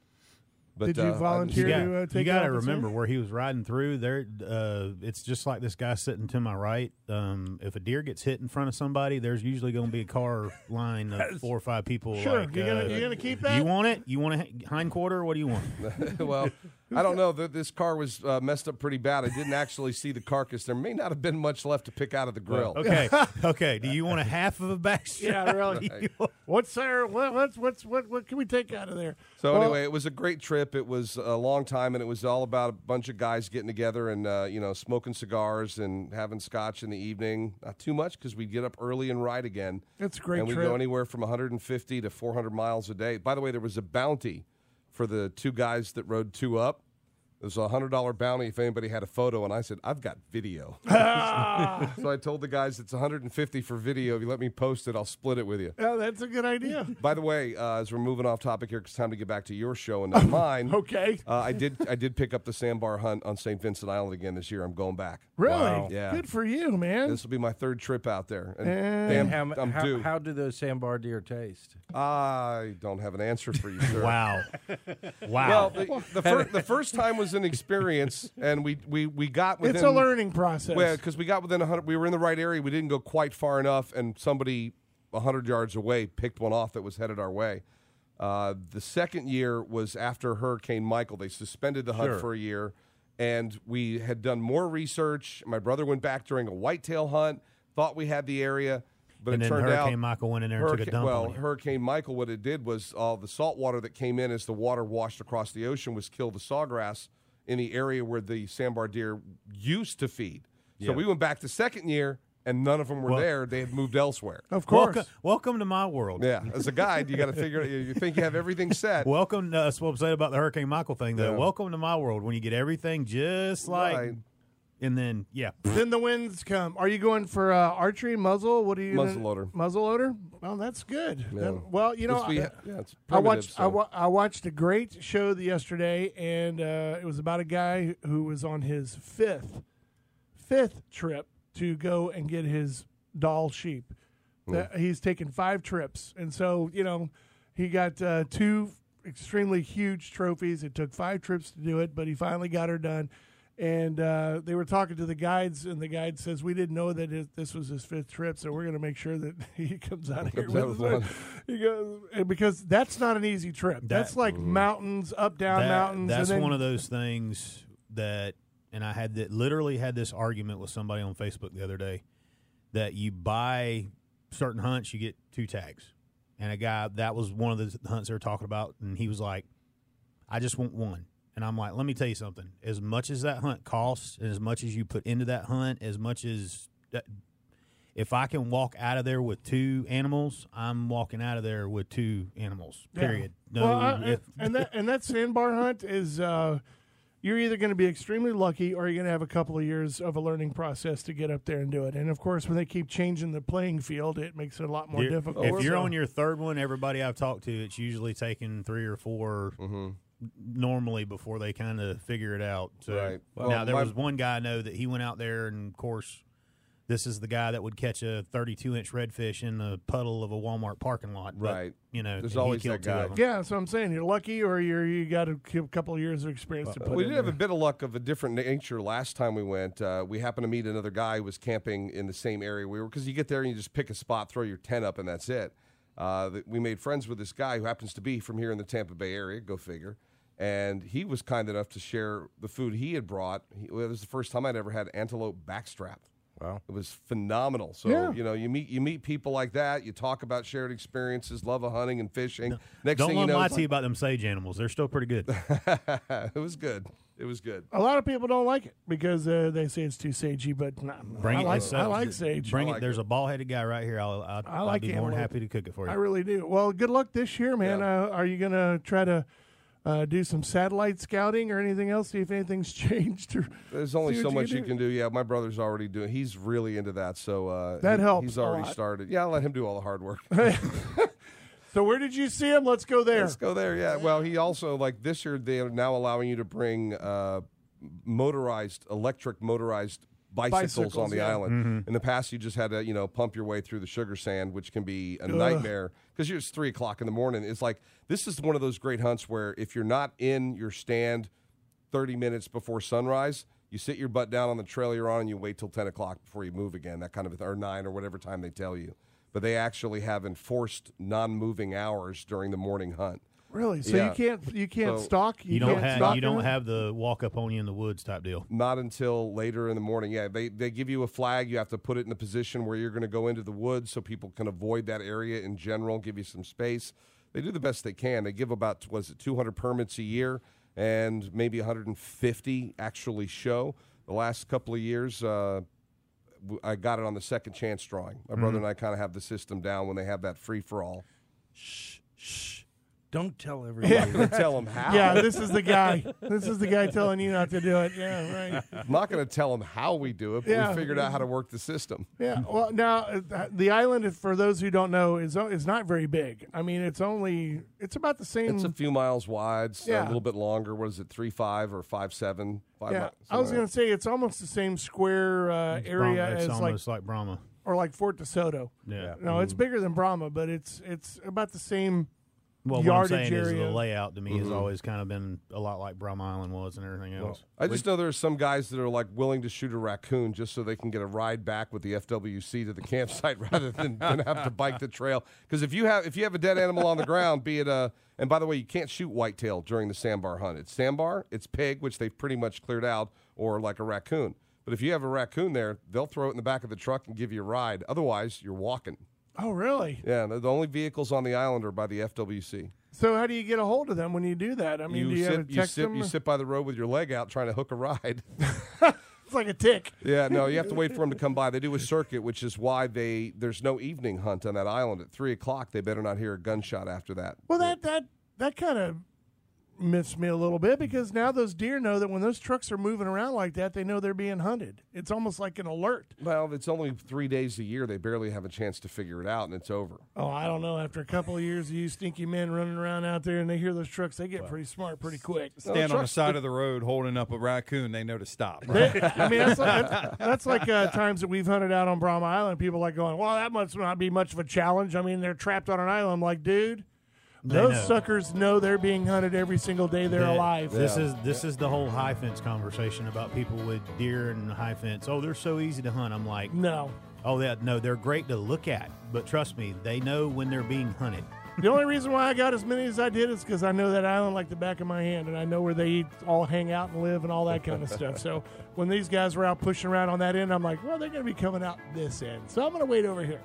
Speaker 5: But
Speaker 1: Did you
Speaker 5: uh, I didn't
Speaker 1: volunteer? Here
Speaker 5: see-
Speaker 1: you, uh, take it
Speaker 2: gotta
Speaker 1: off the
Speaker 2: remember
Speaker 1: screen?
Speaker 2: where he was riding through there. Uh, it's just like this guy sitting to my right. Um, if a deer gets hit in front of somebody, there's usually going to be a car line of four or five people.
Speaker 1: Sure,
Speaker 2: like,
Speaker 1: you're gonna
Speaker 2: uh,
Speaker 1: you're gonna keep that.
Speaker 2: You want it? You want a h- hind quarter? What do you want?
Speaker 5: well, I don't know. Th- This car was uh, messed up pretty bad. I didn't actually see the carcass. There may not have been much left to pick out of the grill.
Speaker 2: Okay, okay. Do you want a half of a backstrap?
Speaker 1: yeah, really. What's there? What, what's what's what? What can we take out of there?
Speaker 5: So
Speaker 1: Well,
Speaker 5: anyway, it was a great trip. It was a long time, and it was all about a bunch of guys getting together and uh, you know smoking cigars and having scotch in the evening. Not too much because we'd get up early and ride again.
Speaker 1: That's a great
Speaker 5: And we
Speaker 1: trip.
Speaker 5: go anywhere from 150 to 400 miles a day. By the way, there was a bounty for the two guys that rode two up. There's a hundred dollar bounty if anybody had a photo, and I said I've got video.
Speaker 1: Ah!
Speaker 5: so I told the guys it's 150 for video. If you let me post it, I'll split it with you.
Speaker 1: Oh, that's a good idea.
Speaker 5: By the way, uh, as we're moving off topic here, 'cause it's time to get back to your show and not mine.
Speaker 1: Okay.
Speaker 5: Uh, I did. I did pick up the sandbar hunt on St. Vincent Island again this year. I'm going back.
Speaker 1: Really?
Speaker 3: Wow.
Speaker 5: Yeah.
Speaker 1: Good for you, man.
Speaker 5: This will be my third trip out there, and
Speaker 1: And
Speaker 5: damn,
Speaker 3: how,
Speaker 5: I'm
Speaker 3: how,
Speaker 5: due.
Speaker 3: how do those sandbar deer taste?
Speaker 5: I don't have an answer for you, sir.
Speaker 2: Wow. wow.
Speaker 5: Well, the, the, fir- the first time was an experience, and we we we got within.
Speaker 1: it's a learning process.
Speaker 5: Well, because we got within 100, we were in the right area. We didn't go quite far enough, and somebody 100 yards away picked one off that was headed our way. Uh, the second year was after Hurricane Michael. They suspended the hunt for a year, and we had done more research. My brother went back during a whitetail hunt, thought we had the area, but
Speaker 2: and
Speaker 5: it
Speaker 2: then
Speaker 5: turned out
Speaker 2: Hurricane Michael went in there and took a
Speaker 5: Hurricane-
Speaker 2: dump
Speaker 5: well,
Speaker 2: on you.
Speaker 5: Hurricane Michael, what it did was all the salt water that came in as the water washed across the ocean was kill the sawgrass in the area where the sandbar deer used to feed. So we went back the second year, and none of them were
Speaker 2: Well- Oh.
Speaker 5: there. They had moved elsewhere.
Speaker 1: of course.
Speaker 2: Welcome, welcome to my world.
Speaker 5: Yeah, as a guide, you got to figure. You you think you have everything set?
Speaker 2: Welcome. To, that's what I'm saying about the Hurricane Michael thing, though.
Speaker 5: Yeah.
Speaker 2: Welcome to my world when you get everything just like,
Speaker 5: Right.
Speaker 2: and then yeah,
Speaker 1: Then the winds come. Are you going for uh, archery, muzzle? What are you?
Speaker 5: Muzzleloader.
Speaker 1: Muzzleloader. Well, that's good. Then- well, you know,
Speaker 5: It's- we-
Speaker 1: I,
Speaker 5: yeah, it's
Speaker 1: I
Speaker 5: primitive,
Speaker 1: watched I,
Speaker 5: so-
Speaker 1: wa- I watched a great show the yesterday, and uh, it was about a guy who was on his fifth fifth trip to go and get his doll sheep. That- he's taken five trips, and so you know he got uh, two extremely huge trophies. It took five trips to do it, but he finally got her done. And uh, they were talking to the guides, and the guide says, "We didn't know that it, this was his fifth trip, so we're going to make sure that he comes out here
Speaker 5: Comes out
Speaker 1: with
Speaker 5: with
Speaker 1: us."
Speaker 5: one.
Speaker 1: He goes and because that's not an easy trip. that's like mountains up down
Speaker 2: That-
Speaker 1: mountains.
Speaker 2: That's
Speaker 1: and then,
Speaker 2: one of those things that, and I had that literally had this argument with somebody on Facebook the other day that you buy certain hunts, you get two tags, and a guy that was one of the hunts they were talking about, and he was like, "I just want one." And I'm like, let me tell you something. As much as that hunt costs, and as much as you put into that hunt, as much as that, if I can walk out of there with two animals, I'm walking out of there with two animals.
Speaker 1: Yeah.
Speaker 2: Period. No,
Speaker 1: well, I-
Speaker 2: if-
Speaker 1: and that and that sandbar hunt is uh, you're either going to be extremely lucky or you're going to have a couple of years of a learning process to get up there and do it. And of course, when they keep changing the playing field, it makes it a lot more
Speaker 2: You're-
Speaker 1: difficult.
Speaker 2: If you're
Speaker 1: So-
Speaker 2: on your third one, everybody I've talked to, it's usually taking three or 4
Speaker 5: Mm-hmm.
Speaker 2: normally before they kind of figure it out. So
Speaker 5: Right.
Speaker 2: now
Speaker 5: Well,
Speaker 2: there
Speaker 5: my-
Speaker 2: was one guy I know that he went out there, and of course, this is the guy that would catch a 32 inch redfish in the puddle of a Walmart parking lot. But,
Speaker 5: Right.
Speaker 2: you know, and
Speaker 5: There's
Speaker 2: he
Speaker 5: always
Speaker 2: killed
Speaker 5: that
Speaker 2: two of
Speaker 5: guy.
Speaker 2: them.
Speaker 1: yeah, so I'm saying you're lucky or you're you got a cu- couple of years of experience to put
Speaker 5: we
Speaker 1: in
Speaker 5: did have a
Speaker 1: there.
Speaker 5: bit of luck of a different nature last time we went. Uh, we happened to meet another guy who was camping in the same area we were because you get there and you just pick a spot, throw your tent up, and that's it. Uh, th- we made friends with this guy who happens to be from here in the Tampa Bay area. Go figure. And he was kind enough to share the food he had brought. He, well, it was the first time I'd ever had antelope backstrap.
Speaker 3: Wow.
Speaker 5: It was phenomenal. So
Speaker 1: Yeah.
Speaker 5: you know, you meet you meet people like that. You talk about shared experiences, love of hunting and fishing. Next
Speaker 2: Don't
Speaker 5: thing
Speaker 2: let
Speaker 5: you
Speaker 2: me
Speaker 5: know,
Speaker 2: lie
Speaker 5: it's
Speaker 2: to you about them sage animals. They're still pretty good.
Speaker 5: like- it was good. It was good.
Speaker 1: a lot of people don't like it because uh, they say it's too sagey, but nah,
Speaker 2: Bring
Speaker 1: I
Speaker 2: it.
Speaker 1: like
Speaker 2: so-
Speaker 1: I like sage.
Speaker 2: Bring
Speaker 5: like
Speaker 2: it. There's a ball headed guy right here. I'll, I'll,
Speaker 1: I
Speaker 2: I'll
Speaker 1: like
Speaker 2: be more than
Speaker 1: antelope.
Speaker 2: happy to cook it for
Speaker 1: I
Speaker 2: you.
Speaker 1: really do. Well, good luck this year, man. Uh, are you going to try to uh, do some satellite scouting or anything else? See if anything's changed. Or
Speaker 5: There's only
Speaker 1: see
Speaker 5: so
Speaker 1: what
Speaker 5: much you
Speaker 1: do?
Speaker 5: can do. Yeah, my brother's already doing. He's really into that, so uh,
Speaker 1: That
Speaker 5: he-
Speaker 1: helps
Speaker 5: He's
Speaker 1: a
Speaker 5: already
Speaker 1: lot.
Speaker 5: started. Yeah, I'll let him do all the hard work.
Speaker 1: So where did you see him? Let's go there.
Speaker 5: Let's go there. Yeah. Well, he also like this year they are now allowing you to bring uh, motorized, electric motorized bicycles, on
Speaker 1: Bicycles,
Speaker 5: the
Speaker 1: yeah.
Speaker 5: island. In the past, you just had to you know pump your way through the sugar sand, which can be a nightmare because it's three o'clock in the morning. It's like this is one of those great hunts where if you're not in your stand thirty minutes before sunrise. You sit your butt down on the trail you're on, and you wait till ten o'clock before you move again. That kind of or nine or whatever time they tell you. But they actually have enforced non-moving hours during the morning hunt.
Speaker 1: Really? So
Speaker 5: Yeah.
Speaker 1: you can't you can't
Speaker 5: So-
Speaker 1: stalk. You,
Speaker 2: You don't
Speaker 1: can't stalk
Speaker 2: have you
Speaker 1: him?
Speaker 2: don't have the walk up on you in the woods type deal.
Speaker 5: not until later in the morning. Yeah, they, they give you a flag. You have to put it in a position where you're going to go into the woods so people can avoid that area in general, give you some space. They do the best they can. They give about, was it 200 permits a year and maybe 150 actually show. The last couple of years, uh, w- I got it on the second chance
Speaker 3: Mm-hmm.
Speaker 5: drawing. My brother and I kind of have the system down when they have that free for all.
Speaker 3: Don't tell everybody.
Speaker 5: I'm gonna tell him how.
Speaker 1: Yeah, this is the guy. This is the guy telling you not to do it. Yeah, right.
Speaker 5: I'm not going to tell him how we do it, but
Speaker 1: Yeah.
Speaker 5: we figured out how to work the system.
Speaker 1: Yeah. Well, now uh, the island, is- for those who don't know, is o- is not very big. I mean, it's only it's about the same.
Speaker 5: It's a few miles wide, so
Speaker 1: Yeah.
Speaker 5: a little bit longer. What is it, three five or five seven? Five
Speaker 1: yeah,
Speaker 5: mi-
Speaker 1: I was
Speaker 5: something
Speaker 1: gonna
Speaker 5: like
Speaker 1: say it's almost the same square uh,
Speaker 2: It's Brahma-
Speaker 1: area
Speaker 2: it's
Speaker 1: as like
Speaker 2: almost like, Brahma.
Speaker 1: or like Fort DeSoto.
Speaker 2: Yeah.
Speaker 1: No, it's bigger than Brahma, but it's it's about the same.
Speaker 2: Well,
Speaker 1: Yardage
Speaker 2: what I'm saying is
Speaker 1: area.
Speaker 2: the layout to me
Speaker 3: Mm-hmm.
Speaker 2: has always kind of been a lot like Brahma Island was and everything
Speaker 5: that.
Speaker 2: else.
Speaker 5: I just know there are some guys that are like willing to shoot a raccoon just so they can get a ride back with the FWC to the campsite rather than, than have to bike the trail. Because if you have if you have a dead animal on the ground, be it a and by the way, you can't shoot whitetail during the sandbar hunt. It's sandbar, it's pig, which they've pretty much cleared out, or like a raccoon. But if you have a raccoon there, they'll throw it in the back of the truck and give you a ride. Otherwise, you're walking.
Speaker 1: Oh, really?
Speaker 5: Yeah, the the only vehicles on the island are by the FWC.
Speaker 1: So how do you get a hold of them when you do that? I mean, do you
Speaker 5: sit,
Speaker 1: have to
Speaker 5: you
Speaker 1: text
Speaker 5: sit,
Speaker 1: them?
Speaker 5: you sit by the road with your leg out trying to hook a ride.
Speaker 1: It's like a tick.
Speaker 5: yeah, no, you have to wait for them to come by. They do a circuit, which is why they there's no evening hunt on that island at three o'clock. They better not hear a gunshot after that.
Speaker 1: Well, that that that kind of miffs me a little bit because now those deer know that when those trucks are moving around like that, they know they're being hunted. It's almost like an alert.
Speaker 5: Well, it's only three days a year. They barely have a chance to figure it out, and it's over.
Speaker 1: Oh, I don't know. After a couple of years of you stinky men running around out there and they hear those trucks, they get pretty smart pretty quick.
Speaker 4: Stand on the side of the road holding up a raccoon, they know to stop. Right?
Speaker 1: I mean, that's like, that's, that's like uh, times that we've hunted out on Brahma Island. People like going, "Well, that must not be much of a challenge." I mean, they're trapped on an island. I'm like, dude, those
Speaker 2: know.
Speaker 1: suckers know they're being hunted every single day they're
Speaker 2: That-
Speaker 1: alive.
Speaker 2: This is this is the whole high fence conversation about people with deer and high fence. Oh, they're so easy to hunt. I'm like,
Speaker 1: No,
Speaker 2: oh, that no, they're great to look at, but trust me, they know when they're being hunted.
Speaker 1: The only reason why I got as many as I did is because I know that island like the back of my hand, and I know where they eat, all hang out and live, and all that kind of stuff. So when these guys were out pushing around on that end, I'm like, well, they're going to be coming out this end, so I'm going to wait over here.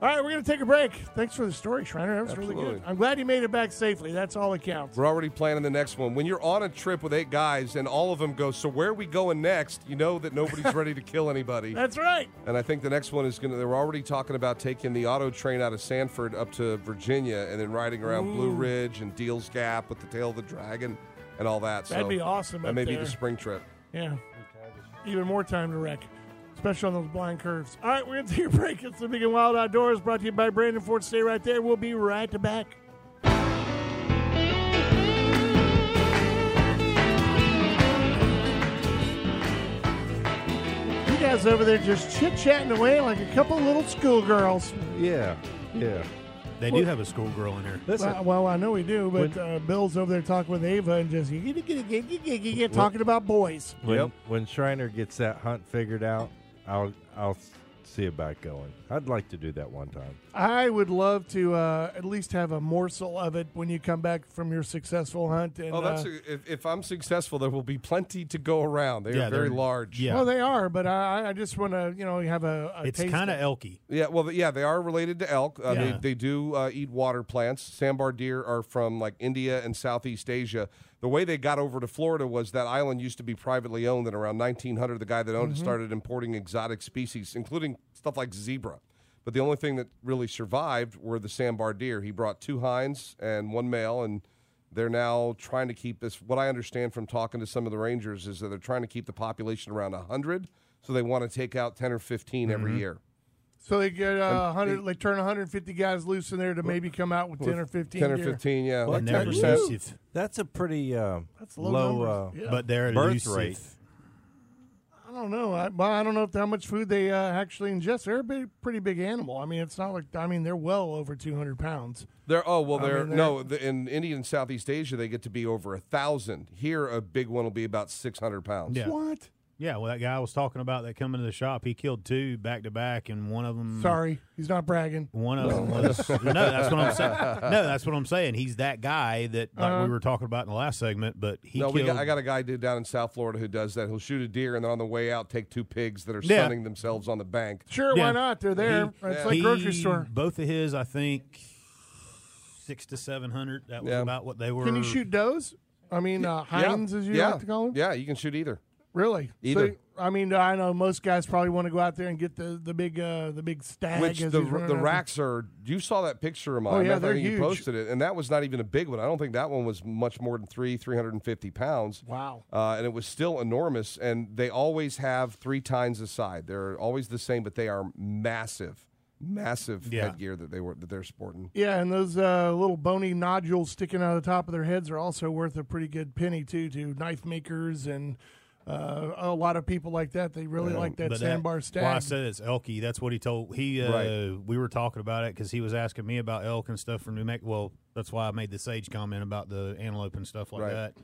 Speaker 1: All right, we're going to take a break. Thanks for the story, Shriner. That was really good.
Speaker 5: Absolutely.
Speaker 1: I'm glad you made it back safely. That's all that counts.
Speaker 5: We're already planning the next one. When you're on a trip with eight guys and all of them go, so where are we going next? You know that nobody's ready to kill anybody.
Speaker 1: That's right.
Speaker 5: And I think the next one is going to, they were already talking about taking the auto train out of Sanford up to Virginia and then riding around Blue Ridge and Deals Gap with the Tail of the Dragon and all that.
Speaker 1: That'd
Speaker 5: so
Speaker 1: be awesome
Speaker 5: That
Speaker 1: up
Speaker 5: may be
Speaker 1: there.
Speaker 5: the spring trip.
Speaker 1: Yeah. Even more time to wreck, especially on those blind curves. All right, we're going to take a break. It's the Big and Wild Outdoors brought to you by Brandon Ford. Stay right there. We'll be right back. You guys over there just chit chatting away like a couple little schoolgirls.
Speaker 3: yeah, yeah.
Speaker 2: They do have a schoolgirl in here.
Speaker 3: Listen,
Speaker 1: Well, well, I know we do, but uh, Bill's over there talking with Ava and just talking about boys.
Speaker 3: When, when Shriner gets that hunt figured out, I'll I'll s- see about going. I'd like to do that one time.
Speaker 1: I would love to uh, at least have a morsel of it when you come back from your successful hunt. And,
Speaker 5: Oh, that's,
Speaker 1: uh,
Speaker 5: a, if, if I'm successful, there will be plenty to go around. They
Speaker 2: Yeah,
Speaker 5: are very
Speaker 2: they're-
Speaker 5: large.
Speaker 2: Yeah,
Speaker 1: well, they are, but I, I just want to, you know, have a. a
Speaker 2: it's
Speaker 1: taste
Speaker 2: kind of elky.
Speaker 5: Yeah, well, yeah, they are related to elk. Uh,
Speaker 2: Yeah.
Speaker 5: they, they do uh, eat water plants. Sambar deer are from like India and Southeast Asia. The way they got over to Florida was that island used to be privately owned, and around 1900, the guy that owned it started importing exotic species, including stuff like zebra. But the only thing that really survived were the sambar deer. He brought two hinds and one male, and they're now trying to keep this. What I understand from talking to some of the rangers is that they're trying to keep the population around 100, so they want to take out 10 or 15 every year.
Speaker 1: So they get uh, hundred, like turn 150 guys loose in there to maybe come out with 10 or 15.
Speaker 5: 10 or
Speaker 1: deer.
Speaker 5: 15 yeah
Speaker 3: Well,
Speaker 5: like
Speaker 2: And they're
Speaker 3: 10%.
Speaker 2: elusive,
Speaker 3: That's a pretty uh,
Speaker 1: That's low,
Speaker 3: uh,
Speaker 1: numbers. Yeah.
Speaker 2: but they're
Speaker 3: Birth
Speaker 2: elusive.
Speaker 3: rate.
Speaker 1: I don't know. I, well, I don't know if how much food they uh, actually ingest. They're a big, pretty big animal. I mean, it's not like I mean they're well over 200 pounds.
Speaker 5: they're oh well they're,
Speaker 1: mean,
Speaker 5: no the, in india and southeast asia they get to be over a thousand here a big one will be about 600 pounds
Speaker 2: Yeah.
Speaker 1: What?
Speaker 2: Yeah, well, that guy I was talking about that coming to the shop, he killed two back to back, and one of them.
Speaker 1: Sorry, he's not bragging.
Speaker 2: One of them was no. That's what I'm saying. No, that's what I'm saying. He's that guy that like
Speaker 1: Uh-huh.
Speaker 2: we were talking about in the last segment, but he
Speaker 5: no,
Speaker 2: killed.
Speaker 5: we got, I got a guy dude down in South Florida who does that. He'll shoot a deer and then on the way out take two pigs that are
Speaker 2: Yeah.
Speaker 5: sunning themselves on the bank.
Speaker 1: Sure,
Speaker 2: Yeah.
Speaker 1: why not? They're there.
Speaker 2: He-
Speaker 1: it's like
Speaker 2: he-
Speaker 1: grocery store.
Speaker 2: Both of his, I think, six to seven hundred. That was
Speaker 5: Yeah.
Speaker 2: about what they were.
Speaker 1: Can you shoot does? I mean, uh, hinds, as you
Speaker 5: yeah.
Speaker 1: like to call them.
Speaker 5: Yeah, you can shoot either.
Speaker 1: Really?
Speaker 5: Either.
Speaker 1: So, I mean, I know most guys probably want to go out there and get the the big uh, the big stag.
Speaker 5: Which
Speaker 1: as
Speaker 5: the
Speaker 1: he's running
Speaker 5: the
Speaker 1: out.
Speaker 5: racks are. You saw that picture of mine.
Speaker 1: yeah,
Speaker 5: I
Speaker 1: they're
Speaker 5: think
Speaker 1: huge.
Speaker 5: you posted it, and that was not even a big one. I don't think that one was much more than three three hundred and fifty pounds.
Speaker 1: Wow.
Speaker 5: Uh, and it was still enormous. And they always have three times the side. They're always the same, but they are massive, massive
Speaker 2: Yeah.
Speaker 5: headgear that they were that they're sporting.
Speaker 1: Yeah, and those uh, little bony nodules sticking out of the top of their heads are also worth a pretty good penny too to knife makers and uh, a lot of people like that. They really like that
Speaker 2: But
Speaker 1: sandbar stag.
Speaker 2: Why I said it's Elky. That's what he told he. Uh,
Speaker 5: Right.
Speaker 2: We were talking about it because he was asking me about elk and stuff from New Mexico. Well, that's why I made the sage comment about the antelope and stuff like
Speaker 5: Right.
Speaker 2: that.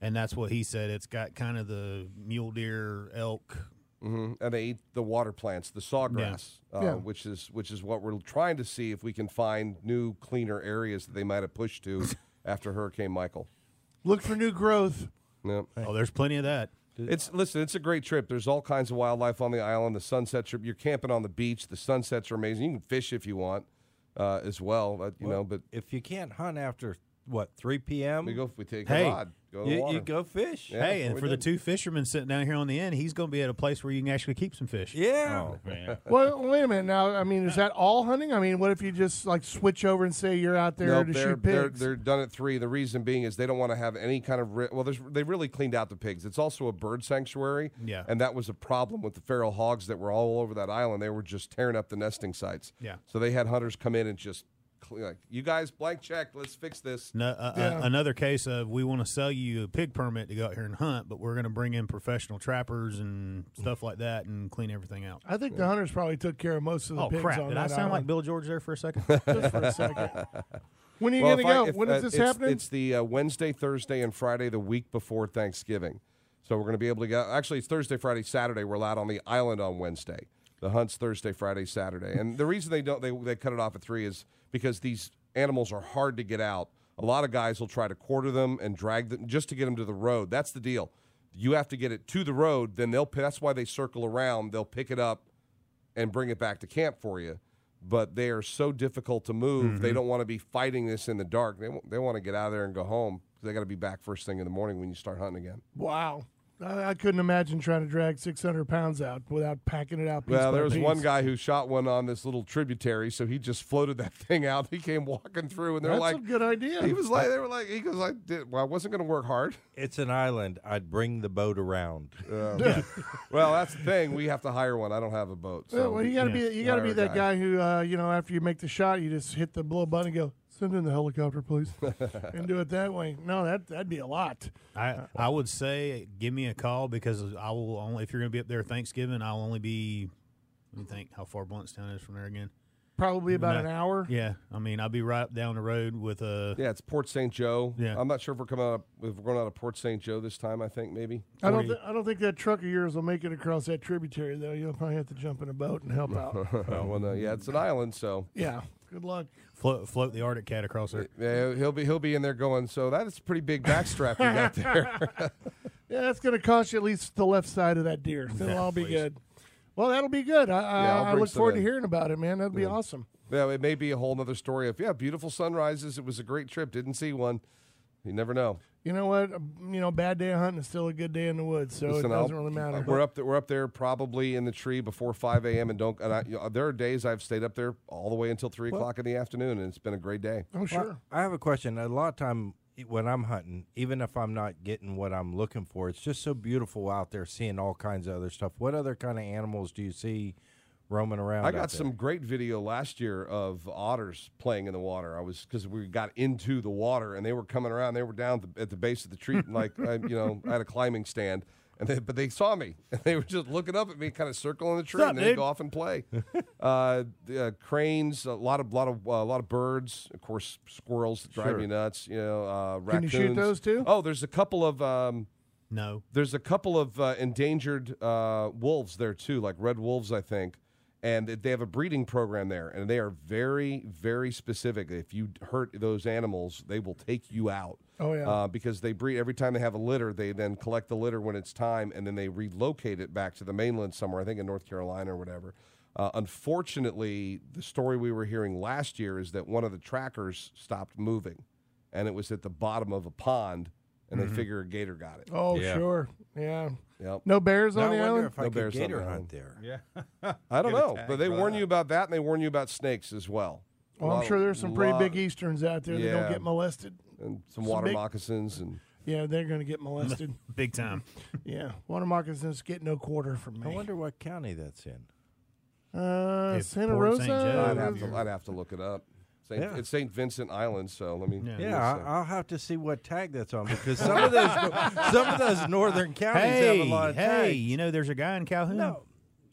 Speaker 2: And that's what he said. It's got kind of the mule deer, elk.
Speaker 5: hmm And they eat the water plants, the sawgrass, uh,
Speaker 1: Yeah.
Speaker 5: which is which is what we're trying to see if we can find new, cleaner areas that they might have pushed to after Hurricane Michael.
Speaker 1: Look for new growth.
Speaker 5: Yep.
Speaker 2: Oh, there's plenty of that.
Speaker 5: It's listen. It's a great trip. There's all kinds of wildlife on the island. The sunsets are you're camping on the beach. The sunsets are amazing. You can fish if you want, uh, as well. But, you know, but
Speaker 3: If you can't hunt after what three p.m.,
Speaker 5: we go if we take
Speaker 2: Hey,
Speaker 5: a rod. Go to the
Speaker 3: you,
Speaker 5: water.
Speaker 3: you go fish.
Speaker 5: Yeah,
Speaker 2: hey,
Speaker 5: that's
Speaker 2: and
Speaker 5: what
Speaker 2: for
Speaker 5: we
Speaker 2: the
Speaker 5: did.
Speaker 2: two fishermen sitting down here on the end, he's going to be at a place where you can actually keep some fish.
Speaker 3: Yeah.
Speaker 1: Well, wait a minute now. I mean, is that all hunting? I mean, what if you just like switch over and say you're out there
Speaker 5: No,
Speaker 1: to
Speaker 5: they're,
Speaker 1: shoot
Speaker 5: they're,
Speaker 1: pigs?
Speaker 5: they're done at three. The reason being is they don't want to have any kind of ri- well. There's, they really cleaned out the pigs. It's also a bird sanctuary.
Speaker 2: Yeah.
Speaker 5: and that was a problem with the feral hogs that were all over that island. They were just tearing up the nesting sites.
Speaker 2: Yeah.
Speaker 5: so they had hunters come in and just clean, like you guys blank check. Let's fix this.
Speaker 2: No, uh,
Speaker 1: Yeah.
Speaker 2: uh, another case of we want to sell you a pig permit to go out here and hunt, but we're going to bring in professional trappers and stuff like that and clean everything out.
Speaker 1: I think the hunters probably took care of most of the
Speaker 2: Oh
Speaker 1: pigs
Speaker 2: crap!
Speaker 1: on
Speaker 2: Did
Speaker 1: that
Speaker 2: I sound like
Speaker 1: island.
Speaker 2: Bill George there for a second?
Speaker 1: Just for a second. When are you
Speaker 5: Well,
Speaker 1: gonna
Speaker 5: if I-
Speaker 1: go?
Speaker 5: if,
Speaker 1: when
Speaker 5: uh,
Speaker 1: is this
Speaker 5: it's,
Speaker 1: happening?
Speaker 5: It's the uh, Wednesday, Thursday, and Friday, the week before Thanksgiving. So we're going to be able to go. Actually, it's Thursday, Friday, Saturday. We're allowed on the island on Wednesday. The hunt's Thursday, Friday, Saturday. And the reason they don't they they cut it off at three is because these animals are hard to get out. A lot of guys will try to quarter them and drag them just to get them to the road. That's the deal. You have to get it to the road. Then they'll. That's why they circle around. They'll pick it up and bring it back to camp for you. But they are so difficult to move.
Speaker 1: Mm-hmm.
Speaker 5: They don't want to be fighting this in the dark. They, w- they want to get out of there and go home. They got to be back first thing in the morning when you start hunting again.
Speaker 1: wow. I, I couldn't imagine trying to drag 600 pounds out without packing it out. Piece
Speaker 5: well,
Speaker 1: by
Speaker 5: there was
Speaker 1: piece.
Speaker 5: one guy who shot one on this little tributary, so he just floated that thing out. He came walking through, and they're
Speaker 1: That's
Speaker 5: like,
Speaker 1: a good idea.
Speaker 5: he was like, they were like, he goes, I did, well, I wasn't going to work hard.
Speaker 3: It's an island. I'd bring the boat around.
Speaker 5: Um, well, that's the thing. We have to hire one. I don't have a boat. So.
Speaker 1: well, you gotta be you gotta be
Speaker 5: Hire a
Speaker 1: that
Speaker 5: guy.
Speaker 1: guy who uh, you know after you make the shot, you just hit the blow button and go send in the helicopter, please, and do it that way. No, that that'd be a lot.
Speaker 2: I I would say give me a call because I will only if you're going to be up there Thanksgiving, I'll only be. Let me think how far Bluntstown is from there again.
Speaker 1: Probably about
Speaker 2: No.
Speaker 1: an hour.
Speaker 2: Yeah, I mean I'll be right up down the road with a.
Speaker 5: Yeah, it's Port St. Joe.
Speaker 2: Yeah.
Speaker 5: I'm not sure if we're coming out of, if we're going out of Port St. Joe this time. I think maybe.
Speaker 1: I don't. Th- I don't think that truck of yours will make it across that tributary, though. You'll probably have to jump in a boat and help out.
Speaker 5: Oh, well, no, yeah, it's
Speaker 1: Mm.
Speaker 5: an island, so
Speaker 1: yeah. Good luck.
Speaker 2: Float, float the Arctic Cat across there.
Speaker 5: yeah, he'll be he'll be in there going. So that is a pretty big backstrap you got there.
Speaker 1: Yeah, that's going to cost you at least the left side of that deer. That'll all be good. Well, that'll be good. I,
Speaker 5: Yeah, I'll
Speaker 1: I, I
Speaker 5: bring
Speaker 1: look
Speaker 5: some
Speaker 1: forward to
Speaker 5: in.
Speaker 1: hearing about it, man. That'd be awesome.
Speaker 5: yeah, it may be a whole nother story of yeah, beautiful sunrises. It was a great trip. Didn't see one. You never know.
Speaker 1: You know what? Um, You know, bad day of hunting is still a good day in the woods, so
Speaker 5: Listen,
Speaker 1: it doesn't
Speaker 5: I'll-
Speaker 1: really matter.
Speaker 5: We're up there. We're up there probably in the tree before five a.m. and don't. And I, you know, there are days I've stayed up there all the way until three o'clock in the afternoon, and it's been a great day.
Speaker 1: oh, sure.
Speaker 3: I have a question. A lot of time e- when I'm hunting, even if I'm not getting what I'm looking for, it's just so beautiful out there seeing all kinds of other stuff. What other kind of animals do you see roaming around?
Speaker 5: I
Speaker 3: out
Speaker 5: got
Speaker 3: there?
Speaker 5: some great video last year of otters playing in the water. I was because we got into the water and they were coming around. They were down at the, at the base of the tree, like I, you know, at a climbing stand. And they, but they saw me and they were just looking up at me, kind of circling the tree,
Speaker 2: up,
Speaker 5: and they
Speaker 2: dude?
Speaker 5: go off and play. uh, the, uh, cranes, a lot of lot of uh, a lot of birds, of course, squirrels that drive me nuts. You know, uh,
Speaker 1: Can you
Speaker 5: raccoons.
Speaker 1: shoot those too?
Speaker 5: Oh, there's a couple of. Um,
Speaker 2: No,
Speaker 5: there's a couple of uh, endangered uh, wolves there too, like red wolves, I think. And they have a breeding program there, and they are very, very specific. If you hurt those animals, they will take you out.
Speaker 1: Oh, yeah.
Speaker 5: uh, because they breed every time they have a litter. They then collect the litter when it's time, and then they relocate it back to the mainland somewhere. I think in North Carolina or whatever. Uh, unfortunately, the story we were hearing last year is that one of the trackers stopped moving, and it was at the bottom of a pond, and they figure a gator got it.
Speaker 1: Mm-hmm. Oh,
Speaker 3: Yeah.
Speaker 1: sure. Yeah.
Speaker 5: Yep.
Speaker 1: No bears
Speaker 3: I
Speaker 1: on the
Speaker 3: wonder
Speaker 1: island?
Speaker 3: if I
Speaker 5: No
Speaker 3: could
Speaker 5: bears on
Speaker 3: gator
Speaker 5: the
Speaker 3: hunt
Speaker 5: island.
Speaker 3: there.
Speaker 4: Yeah.
Speaker 5: I don't
Speaker 4: Get
Speaker 5: know, but
Speaker 4: attacked
Speaker 5: they
Speaker 4: by
Speaker 5: warn
Speaker 4: that.
Speaker 5: you about that, and they warn you about snakes as well.
Speaker 1: Well, Oh, I'm
Speaker 5: Lot-
Speaker 1: sure there's some pretty
Speaker 5: lot-
Speaker 1: big Easterns out there that
Speaker 5: Yeah.
Speaker 1: don't get molested.
Speaker 5: and some water
Speaker 1: big-
Speaker 5: moccasins and
Speaker 1: Yeah, they're going to get molested.
Speaker 2: Big time.
Speaker 1: yeah. Water moccasins get no quarter from
Speaker 3: I
Speaker 1: me.
Speaker 3: wonder what county that's in.
Speaker 1: Uh,
Speaker 2: If
Speaker 1: Santa
Speaker 2: Port St.
Speaker 5: I'd
Speaker 2: Joe-
Speaker 1: Rosa.
Speaker 5: have to I'd have to look it up. Saint,
Speaker 3: Yeah.
Speaker 5: It's Saint Vincent Island, so let me.
Speaker 2: Yeah.
Speaker 5: give me a
Speaker 3: Yeah, I-
Speaker 5: sec.
Speaker 3: I'll have to see what tag that's on because some of those some of those northern counties
Speaker 2: Hey,
Speaker 3: have a lot of
Speaker 2: hey,
Speaker 3: tags.
Speaker 2: you know there's a guy in Calhoun.
Speaker 3: No,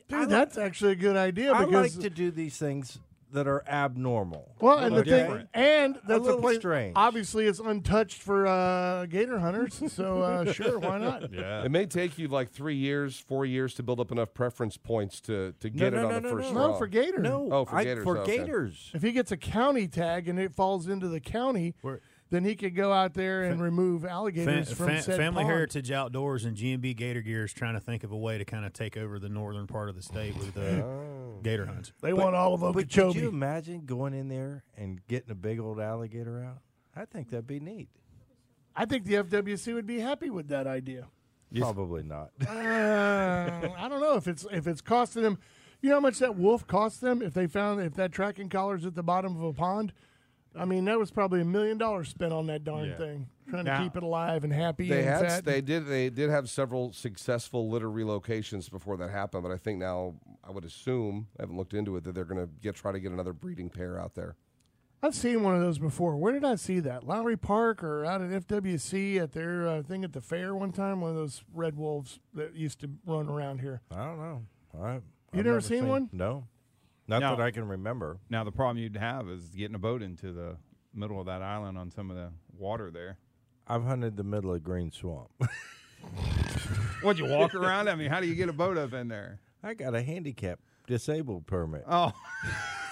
Speaker 1: Dude,
Speaker 3: I like-
Speaker 1: that's actually a good idea
Speaker 3: I
Speaker 1: because
Speaker 3: like to do these things that are abnormal.
Speaker 1: Well, and the
Speaker 3: Okay.
Speaker 1: thing, and that's a,
Speaker 3: little
Speaker 1: place.
Speaker 3: strange.
Speaker 1: Obviously, it's untouched for uh, gator hunters, so uh, sure, why not?
Speaker 5: It may take you like three years, four years to build up enough preference points to to
Speaker 3: No,
Speaker 5: get
Speaker 3: no,
Speaker 5: it on
Speaker 3: no,
Speaker 5: the
Speaker 3: no,
Speaker 5: first
Speaker 3: no.
Speaker 1: No,
Speaker 5: draw.
Speaker 1: for gator.
Speaker 3: No,
Speaker 5: Oh, for
Speaker 3: I-
Speaker 5: gators,
Speaker 3: For
Speaker 5: okay.
Speaker 3: gators.
Speaker 1: If he gets a county tag and it falls into the county,
Speaker 2: We're-
Speaker 1: then he could go out there and remove
Speaker 2: Fa-
Speaker 1: alligators from
Speaker 2: fa-
Speaker 1: said
Speaker 2: Family
Speaker 1: pond.
Speaker 2: Heritage Outdoors and GMB Gator Gear is trying to think of a way to kind of take over the northern part of the state with uh,
Speaker 1: Oh.
Speaker 2: gator hunts.
Speaker 1: They want all of
Speaker 3: But could you
Speaker 1: Okeechobee.
Speaker 3: imagine going in there and getting a big old alligator out? I think that'd be neat.
Speaker 1: I think the FWC would be happy with that idea.
Speaker 3: Probably not.
Speaker 1: Uh, I don't know if it's if it's costing them. You know how much that wolf cost them if they found if that tracking collar's at the bottom of a pond. I mean, that was probably a million dollars spent on that darn thing, trying to
Speaker 2: Now-
Speaker 1: keep it alive and happy.
Speaker 5: They
Speaker 1: and
Speaker 5: had
Speaker 1: fat.
Speaker 5: they did they did have several successful litter relocations before that happened, but I think now I would assume I haven't looked into it that they're going to get try to get another breeding pair out there.
Speaker 1: I've seen one of those before. Where did I see that? Lowry Park or out at FWC at their uh, thing at the fair one time. One of those red wolves that used to run around here.
Speaker 3: I don't know. I, you
Speaker 1: never seen one?
Speaker 3: No, not
Speaker 4: No.
Speaker 3: that I can remember.
Speaker 4: Now the problem you'd have is getting a boat into the middle of that island on some of the water there.
Speaker 3: I've hunted the middle of Green Swamp.
Speaker 4: What'd you walk around? I mean, how do you get a boat up in there?
Speaker 3: I got a handicap disabled permit.
Speaker 4: Oh,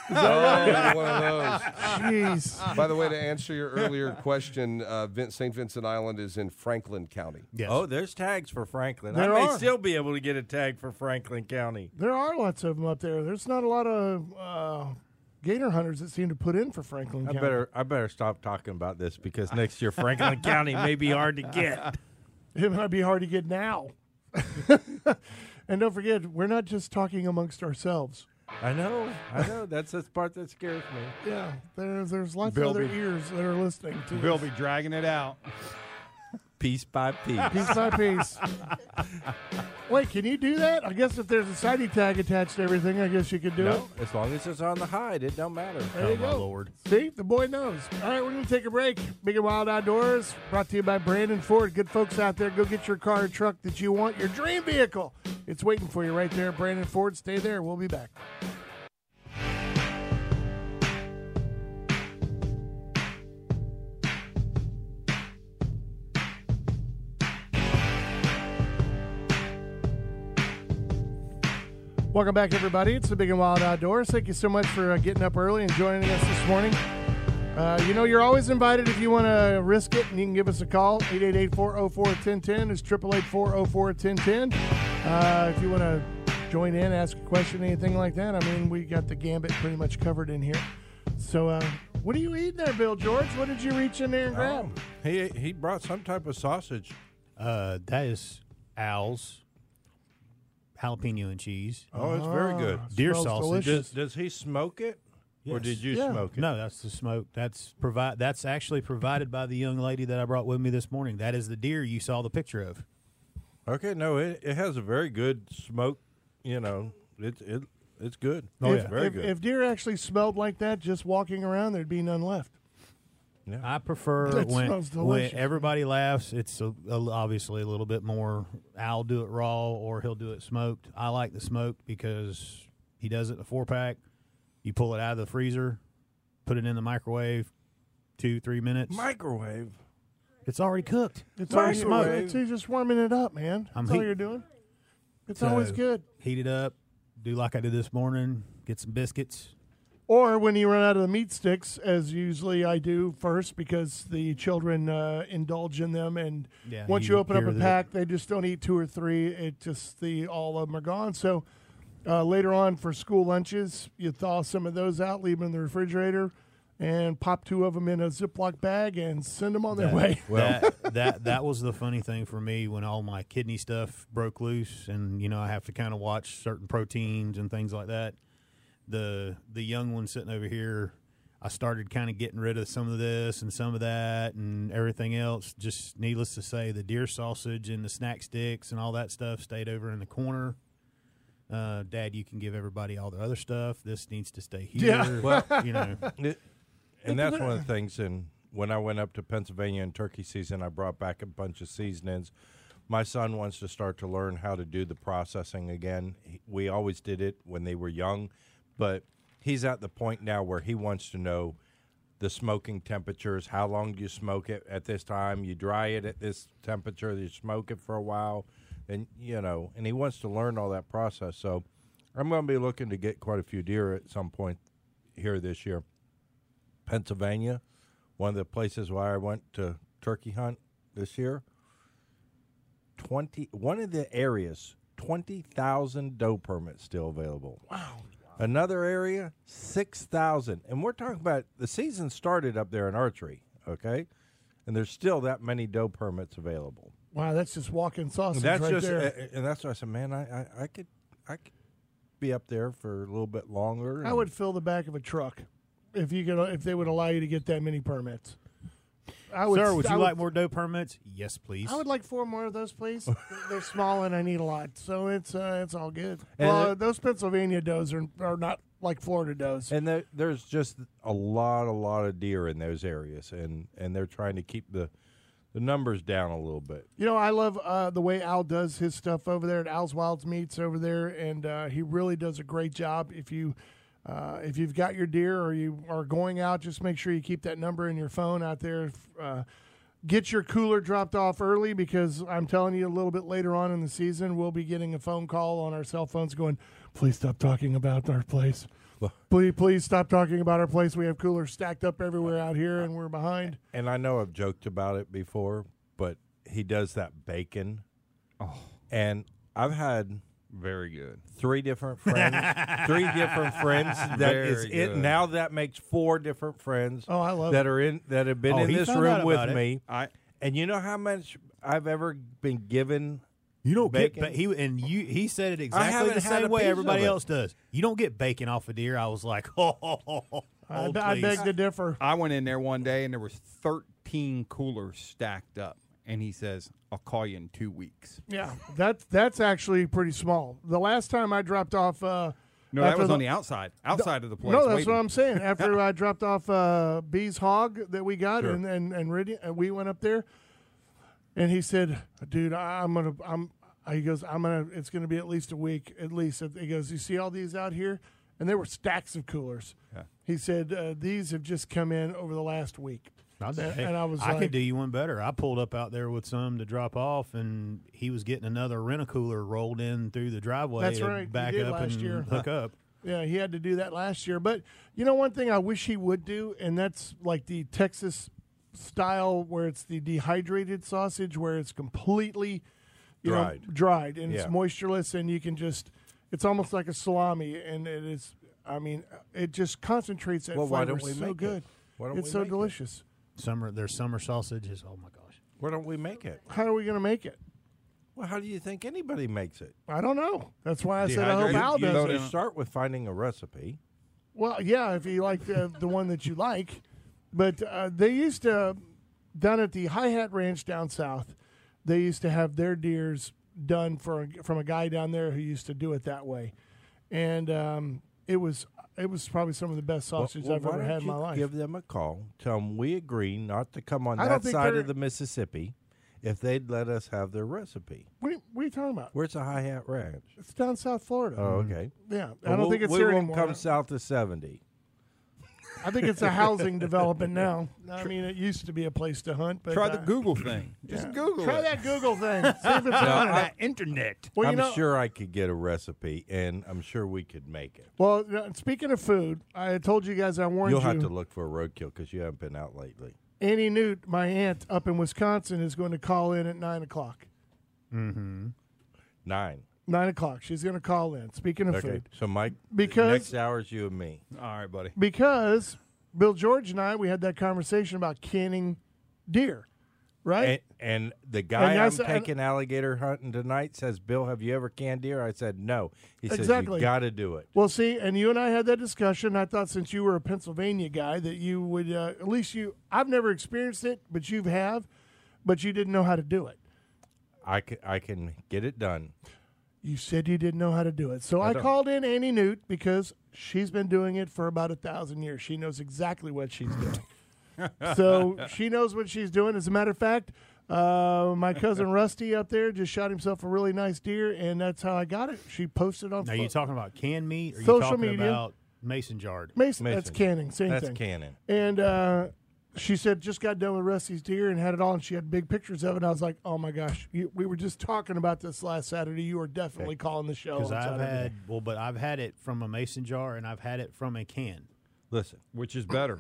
Speaker 5: Oh, you're one of those.
Speaker 1: Jeez.
Speaker 5: By the way, to answer your earlier question, uh, Vin- St. Vincent Island is in Franklin County.
Speaker 2: Yes.
Speaker 3: Oh, there's tags for Franklin.
Speaker 1: There
Speaker 3: I may
Speaker 1: are.
Speaker 3: still be able to get a tag for Franklin County.
Speaker 1: There are lots of them up there. There's not a lot of uh, gator hunters that seem to put in for Franklin
Speaker 3: I
Speaker 1: County.
Speaker 3: better I better stop talking about this because next year Franklin County may be hard to get.
Speaker 1: It might be hard to get now. and don't forget, we're not just talking amongst ourselves.
Speaker 3: I know, I know. That's the part that scares me.
Speaker 1: Yeah, there's there's lots
Speaker 4: Bill
Speaker 1: of other
Speaker 4: be-
Speaker 1: ears that are listening to
Speaker 4: Bill
Speaker 1: us.
Speaker 4: be dragging it out.
Speaker 3: Piece by piece.
Speaker 1: piece by piece. Wait, can you do that? I guess if there's a sighting tag attached to everything, I guess you could do it.
Speaker 3: no, Oh, as long as it's on the hide, it don't matter.
Speaker 1: There you
Speaker 2: my
Speaker 1: go.
Speaker 2: Lord.
Speaker 1: See, the boy knows. All right, we're going to take a break. Big and Wild Outdoors, brought to you by Brandon Ford. Good folks out there, go get your car or truck that you want, your dream vehicle. It's waiting for you right there. Brandon Ford, stay there. We'll be back. Welcome back, everybody. It's the Big and Wild Outdoors. Thank you so much for uh, getting up early and joining us this morning. Uh, you know, you're always invited if you want to risk it, and you can give us a call. 888 404 1010 is 888 404 1010. Uh, If you want to join in, ask a question, anything like that, I mean, we got the gambit pretty much covered in here. So, uh, what are you eating there, Bill George? What did you reach in there and grab?
Speaker 3: He he brought some type of sausage.
Speaker 2: Uh, that is Al's jalapeno and cheese.
Speaker 3: Oh,
Speaker 1: Ah,
Speaker 3: it's very good.
Speaker 2: Deer
Speaker 1: smells
Speaker 2: sausage.
Speaker 1: delicious.
Speaker 3: Does, does he smoke it, or
Speaker 2: Yes.
Speaker 3: did you
Speaker 1: Yeah.
Speaker 3: smoke it?
Speaker 2: No, that's the smoke. That's provide. That's actually provided by the young lady that I brought with me this morning. That is the deer you saw the picture of.
Speaker 3: Okay, no, it, it has a very good smoke. You know, it it it's good.
Speaker 2: Oh,
Speaker 1: if,
Speaker 2: yeah.
Speaker 3: very
Speaker 1: if-
Speaker 3: good.
Speaker 1: if deer actually smelled like that just walking around, there'd be none left.
Speaker 2: I prefer
Speaker 1: That
Speaker 2: when,
Speaker 1: smells
Speaker 2: when
Speaker 1: delicious.
Speaker 2: everybody laughs. It's a, a- obviously a little bit more. I'll do it raw, or he'll do it smoked. I like the smoked because he does it in a four pack. You pull it out of the freezer, put it in the microwave, two three minutes.
Speaker 3: Microwave.
Speaker 2: it's already cooked.
Speaker 1: It's
Speaker 3: Microwave.
Speaker 1: already smoked. It's you're just warming it up, man.
Speaker 2: I'm
Speaker 1: That's all
Speaker 2: heat-
Speaker 1: you're doing. It's always
Speaker 2: So,
Speaker 1: good.
Speaker 2: Heat it up. Do like I did this morning. Get some biscuits.
Speaker 1: Or when you run out of the meat sticks, as usually I do first, because the children uh, indulge in them, and
Speaker 2: Yeah,
Speaker 1: once
Speaker 2: you
Speaker 1: you open up
Speaker 2: hear
Speaker 1: a
Speaker 2: that.
Speaker 1: pack, they just don't eat two or three. It just the all of them are gone. So uh, later on for school lunches, you thaw some of those out, leave them in the refrigerator. and pop two of them in a Ziploc bag and send them on their
Speaker 2: That-
Speaker 1: way.
Speaker 2: that, that that was the funny thing for me when all my kidney stuff broke loose, and you know I have to kind of watch certain proteins and things like that. The the young one sitting over here, I started kind of getting rid of some of this and some of that and everything else. Just needless to say, the deer sausage and the snack sticks and all that stuff stayed over in the corner. Uh, Dad, you can give everybody all the other stuff. This needs to stay here.
Speaker 1: Yeah.
Speaker 2: you know,
Speaker 3: It- and that's one of the things. And when I went up to Pennsylvania in turkey season, I brought back a bunch of seasonings. My son wants to start to learn how to do the processing again. He- We always did it when they were young, but he's at the point now where he wants to know the smoking temperatures. How long do you smoke it at this time? You dry it at this temperature. You smoke it for a while, and you know. And he wants to learn all that process. So, I'm going to be looking to get quite a few deer at some point here this year. Pennsylvania, one of the places where I went to turkey hunt this year. Twenty one of the areas, twenty thousand doe permits still available. Wow. Another area, six thousand. And we're talking about the season started up there in archery, okay? And there's still that many doe permits available.
Speaker 1: Wow, that's just walking sausage
Speaker 3: that's
Speaker 1: right
Speaker 3: just
Speaker 1: there.
Speaker 3: a- and that's why I said, man, I, I, I could I could be up there for a little bit longer.
Speaker 1: I
Speaker 2: Hmm.
Speaker 3: and-
Speaker 1: would fill the back of a truck if you could, if they would allow you to get that many permits. I would.
Speaker 2: sir, would you
Speaker 1: I
Speaker 2: like more dough permits? Yes, please.
Speaker 1: I would like four more of those, please. They're small and I need a lot, so it's uh, it's all good.
Speaker 3: And
Speaker 1: well, uh,
Speaker 3: it-
Speaker 1: those Pennsylvania does are, are not like Florida does.
Speaker 3: And there, there's just a lot, a lot of deer in those areas, and and they're trying to keep the the numbers down a little bit.
Speaker 1: You know, I love uh, the way Al does his stuff over there at Al's Wild Meats over there, and uh, he really does a great job. If you uh, if you've got your deer or you are going out, just make sure you keep that number in your phone out there. Uh, get your cooler dropped off early because I'm telling you, a little bit later on in the season, we'll be getting a phone call on our cell phones going, "Please stop talking about our place." Please, please stop talking about our place. We have coolers stacked up everywhere out here, and we're behind.
Speaker 3: And I know I've joked about it before, but he does that bacon. Oh, and I've had
Speaker 4: Very good.
Speaker 3: three different friends, three different friends. That is
Speaker 4: Very
Speaker 3: it.
Speaker 4: good.
Speaker 3: Now that makes four different friends.
Speaker 1: Oh, I love
Speaker 3: that are in that have been
Speaker 2: Oh,
Speaker 3: in
Speaker 2: he
Speaker 3: this
Speaker 2: found
Speaker 3: room
Speaker 2: out
Speaker 3: with
Speaker 2: about it.
Speaker 3: me.
Speaker 4: I
Speaker 3: and you know how much I've ever been given
Speaker 2: You don't get,
Speaker 3: Bacon?
Speaker 2: but he and you. He said it
Speaker 3: I
Speaker 2: exactly
Speaker 3: haven't
Speaker 2: the
Speaker 3: had a
Speaker 2: same way
Speaker 3: piece of
Speaker 2: everybody
Speaker 3: it.
Speaker 2: else does. You don't get bacon off a deer. I was like, oh, oh, oh, oh,
Speaker 1: I,
Speaker 2: oh,
Speaker 1: be- I
Speaker 2: please.
Speaker 1: beg to differ.
Speaker 4: I went in there one day and there was 13 coolers stacked up, and he says, "I'll call you in two weeks."
Speaker 1: Yeah, that's that's actually pretty small. The last time I dropped off, uh,
Speaker 4: No, that
Speaker 1: after
Speaker 4: was on the outside, outside of the place.
Speaker 1: No, that's
Speaker 4: waiting.
Speaker 1: what I'm saying. After I dropped off uh, Bee's hog that we got, and and and Rid- and we went up there, and he said, "Dude, I, I'm gonna, I'm." He goes, "I'm gonna. It's gonna be at least a week, at least." He goes, "You see all these out here, and there were stacks of coolers." Yeah. He said, uh, "These have just come in over the last week."
Speaker 2: I said,
Speaker 1: and, and I was
Speaker 2: I
Speaker 1: like,
Speaker 2: could do you one better. I pulled up out there with some to drop off, and he was getting another rent a cooler rolled in through the driveway.
Speaker 1: That's
Speaker 2: to
Speaker 1: right. You
Speaker 2: Back
Speaker 1: did
Speaker 2: up
Speaker 1: last
Speaker 2: and
Speaker 1: year.
Speaker 2: hook up.
Speaker 1: Yeah, he had to do that last year. But you know, one thing I wish he would do, and that's like the Texas style where it's the dehydrated sausage, where it's completely you Know,
Speaker 3: Dried.
Speaker 1: dried and it's
Speaker 3: Yeah.
Speaker 1: moistureless, and you can just, it's almost like a salami, and it is. I mean, it just concentrates that
Speaker 3: Well, why
Speaker 1: flavor
Speaker 3: don't we
Speaker 1: so
Speaker 3: make it?
Speaker 1: good.
Speaker 3: Why don't
Speaker 1: it's
Speaker 3: we
Speaker 1: so
Speaker 3: make it?
Speaker 1: delicious.
Speaker 2: Summer, their summer sausages. Oh my gosh.
Speaker 3: Why don't we make it?
Speaker 1: How are we going to make it?
Speaker 3: Well, how do you think anybody makes it?
Speaker 1: I don't know. That's why I said I hope
Speaker 4: Dehydrated?
Speaker 1: Al
Speaker 4: You
Speaker 1: does
Speaker 4: know
Speaker 1: it.
Speaker 4: it.
Speaker 3: So you start with finding a recipe.
Speaker 1: Well, yeah, if you like the, the one that you like. But uh, they used to, down at the Hi Hat Ranch down south, they used to have their deers done for from a guy down there who used to do it that way. And um, it was it was probably some of the best sausage
Speaker 3: Well,
Speaker 1: I've
Speaker 3: why
Speaker 1: ever
Speaker 3: don't
Speaker 1: had in
Speaker 3: you
Speaker 1: my life.
Speaker 3: Give them a call. Tell them we agree not to come on
Speaker 1: I don't
Speaker 3: that
Speaker 1: think
Speaker 3: side
Speaker 1: they're-
Speaker 3: of the Mississippi if they'd let us have their recipe.
Speaker 1: what, are you- what are you talking about?
Speaker 3: Where's the Hi Hat Ranch?
Speaker 1: It's down South Florida.
Speaker 3: Oh, okay.
Speaker 1: yeah, Mm. I
Speaker 3: Well,
Speaker 1: don't think it's
Speaker 3: we
Speaker 1: here
Speaker 3: won't
Speaker 1: anymore.
Speaker 3: come south to seventy.
Speaker 1: I think it's a housing development now. I mean, it used to be a place to hunt. But
Speaker 4: Try the
Speaker 1: uh,
Speaker 4: Google thing. Just Google
Speaker 1: Try
Speaker 4: it.
Speaker 1: that Google thing. See if it's on it.
Speaker 4: internet.
Speaker 1: Well, you
Speaker 3: I'm
Speaker 1: know,
Speaker 3: sure I could get a recipe, and I'm sure we could make it.
Speaker 1: Well, uh, speaking of food, I told you guys I warned
Speaker 3: You'll
Speaker 1: you.
Speaker 3: have to look for a roadkill because you haven't been out lately.
Speaker 1: Annie Newt, my aunt up in Wisconsin, is going to call in at nine o'clock.
Speaker 3: Nine.
Speaker 1: Nine o'clock. She's going to call in. Speaking of
Speaker 3: Okay.
Speaker 1: food,
Speaker 3: So Mike,
Speaker 1: Because-
Speaker 3: next hour's you and me.
Speaker 4: All right, buddy.
Speaker 1: because Bill George and I, we had that conversation about canning deer, right?
Speaker 3: And, and the guy
Speaker 1: And
Speaker 3: I'm
Speaker 1: that's- and-
Speaker 3: taking alligator hunting tonight says, "Bill, have you ever canned deer?" I said, "No." He says,
Speaker 1: Exactly.
Speaker 3: "You got to do it."
Speaker 1: Well, see, and you and I had that discussion. I thought since you were a Pennsylvania guy that you would uh, at least you. I've never experienced it, but you have, but you didn't know how to do it.
Speaker 3: I can, I can get it done.
Speaker 1: You said you didn't know how to do it, so I,
Speaker 3: don't.
Speaker 1: called in Annie Newt because she's been doing it for about a thousand years. She knows exactly what she's doing, so she knows what she's doing. As a matter of fact, uh, my cousin Rusty up there just shot himself a really nice deer, and that's how I got it. She posted on
Speaker 2: Now, you
Speaker 1: fo-
Speaker 2: talking about canned meat? Or you
Speaker 1: Social
Speaker 2: talking
Speaker 1: media.
Speaker 2: about mason jarred?
Speaker 1: Mason,
Speaker 3: Mason.
Speaker 1: That's canning, same
Speaker 3: That's
Speaker 1: thing.
Speaker 3: canning.
Speaker 1: And uh, she said, just got done with Rusty's deer and had it on. She had big pictures of it. And I was like, oh my gosh, you, we were just talking about this last Saturday. You are definitely calling the show.
Speaker 2: Because
Speaker 1: on
Speaker 2: I've
Speaker 1: Saturday.
Speaker 2: had well, but I've had it from a mason jar and I've had it from a can.
Speaker 3: Listen,
Speaker 4: Which is better?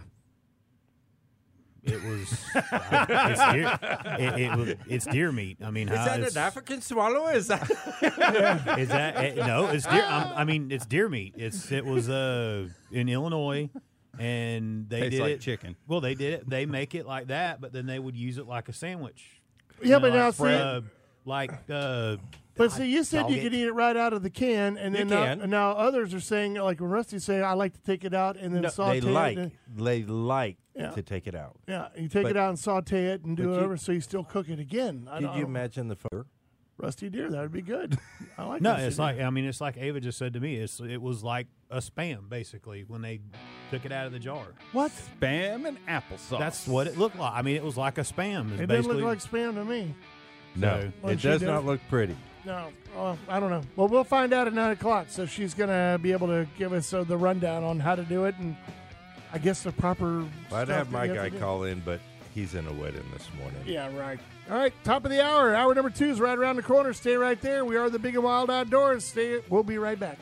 Speaker 2: It was I- it's deer, it, it, was- it's deer meat. I mean, how, is,
Speaker 3: African swallow? Is that
Speaker 2: is that eh, no? It's deer. I'm, I mean, it's deer meat. It's it was uh in Illinois, and they
Speaker 4: Tastes
Speaker 2: did
Speaker 4: like
Speaker 2: it
Speaker 4: chicken.
Speaker 2: Well, they did it. They make it like that, but then they would use it like a sandwich. You
Speaker 1: Yeah,
Speaker 2: know,
Speaker 1: but now
Speaker 2: like,
Speaker 1: see-
Speaker 2: uh, like uh,
Speaker 1: But see, you said you
Speaker 2: dog
Speaker 1: could
Speaker 2: it.
Speaker 1: eat it right out of the can, and then now,
Speaker 3: can.
Speaker 1: and now others are saying, like when Rusty saying, I like to take it out and then saute
Speaker 3: they like
Speaker 1: it. and-
Speaker 3: they like
Speaker 1: Yeah.
Speaker 3: to take it out.
Speaker 1: yeah, you take
Speaker 3: But-
Speaker 1: it out and saute it and do
Speaker 3: but
Speaker 1: it
Speaker 3: you-
Speaker 1: over, so you still cook it again. I
Speaker 3: Could
Speaker 1: don't,
Speaker 3: you imagine the fur?
Speaker 1: Rusty deer? That would be good. I like.
Speaker 2: No,
Speaker 1: Rusty
Speaker 2: it's
Speaker 1: deer.
Speaker 2: like I mean, it's like Ava just said to me. It's it was like a spam basically when they took it out of the jar.
Speaker 1: what?
Speaker 4: Spam and applesauce.
Speaker 2: That's what it looked like. I mean, it was like a spam. is
Speaker 1: It didn't
Speaker 2: basically
Speaker 1: look like spam to me.
Speaker 3: No,
Speaker 1: Well,
Speaker 3: it
Speaker 1: she
Speaker 3: does
Speaker 1: did
Speaker 3: not
Speaker 1: it.
Speaker 3: look pretty.
Speaker 1: No, well, I don't know. Well, we'll find out at nine o'clock. So she's gonna be able to give us uh, the rundown on how to do it, and I guess the proper.
Speaker 3: I'd
Speaker 1: stuff that
Speaker 3: have my
Speaker 1: you to
Speaker 3: guy
Speaker 1: do.
Speaker 3: call in, but he's in a wedding this morning.
Speaker 1: Yeah, right. All right, top of the hour. Hour number two is right around the corner. Stay right there. We are the Big and Wild Outdoors. Stay. We'll be right back.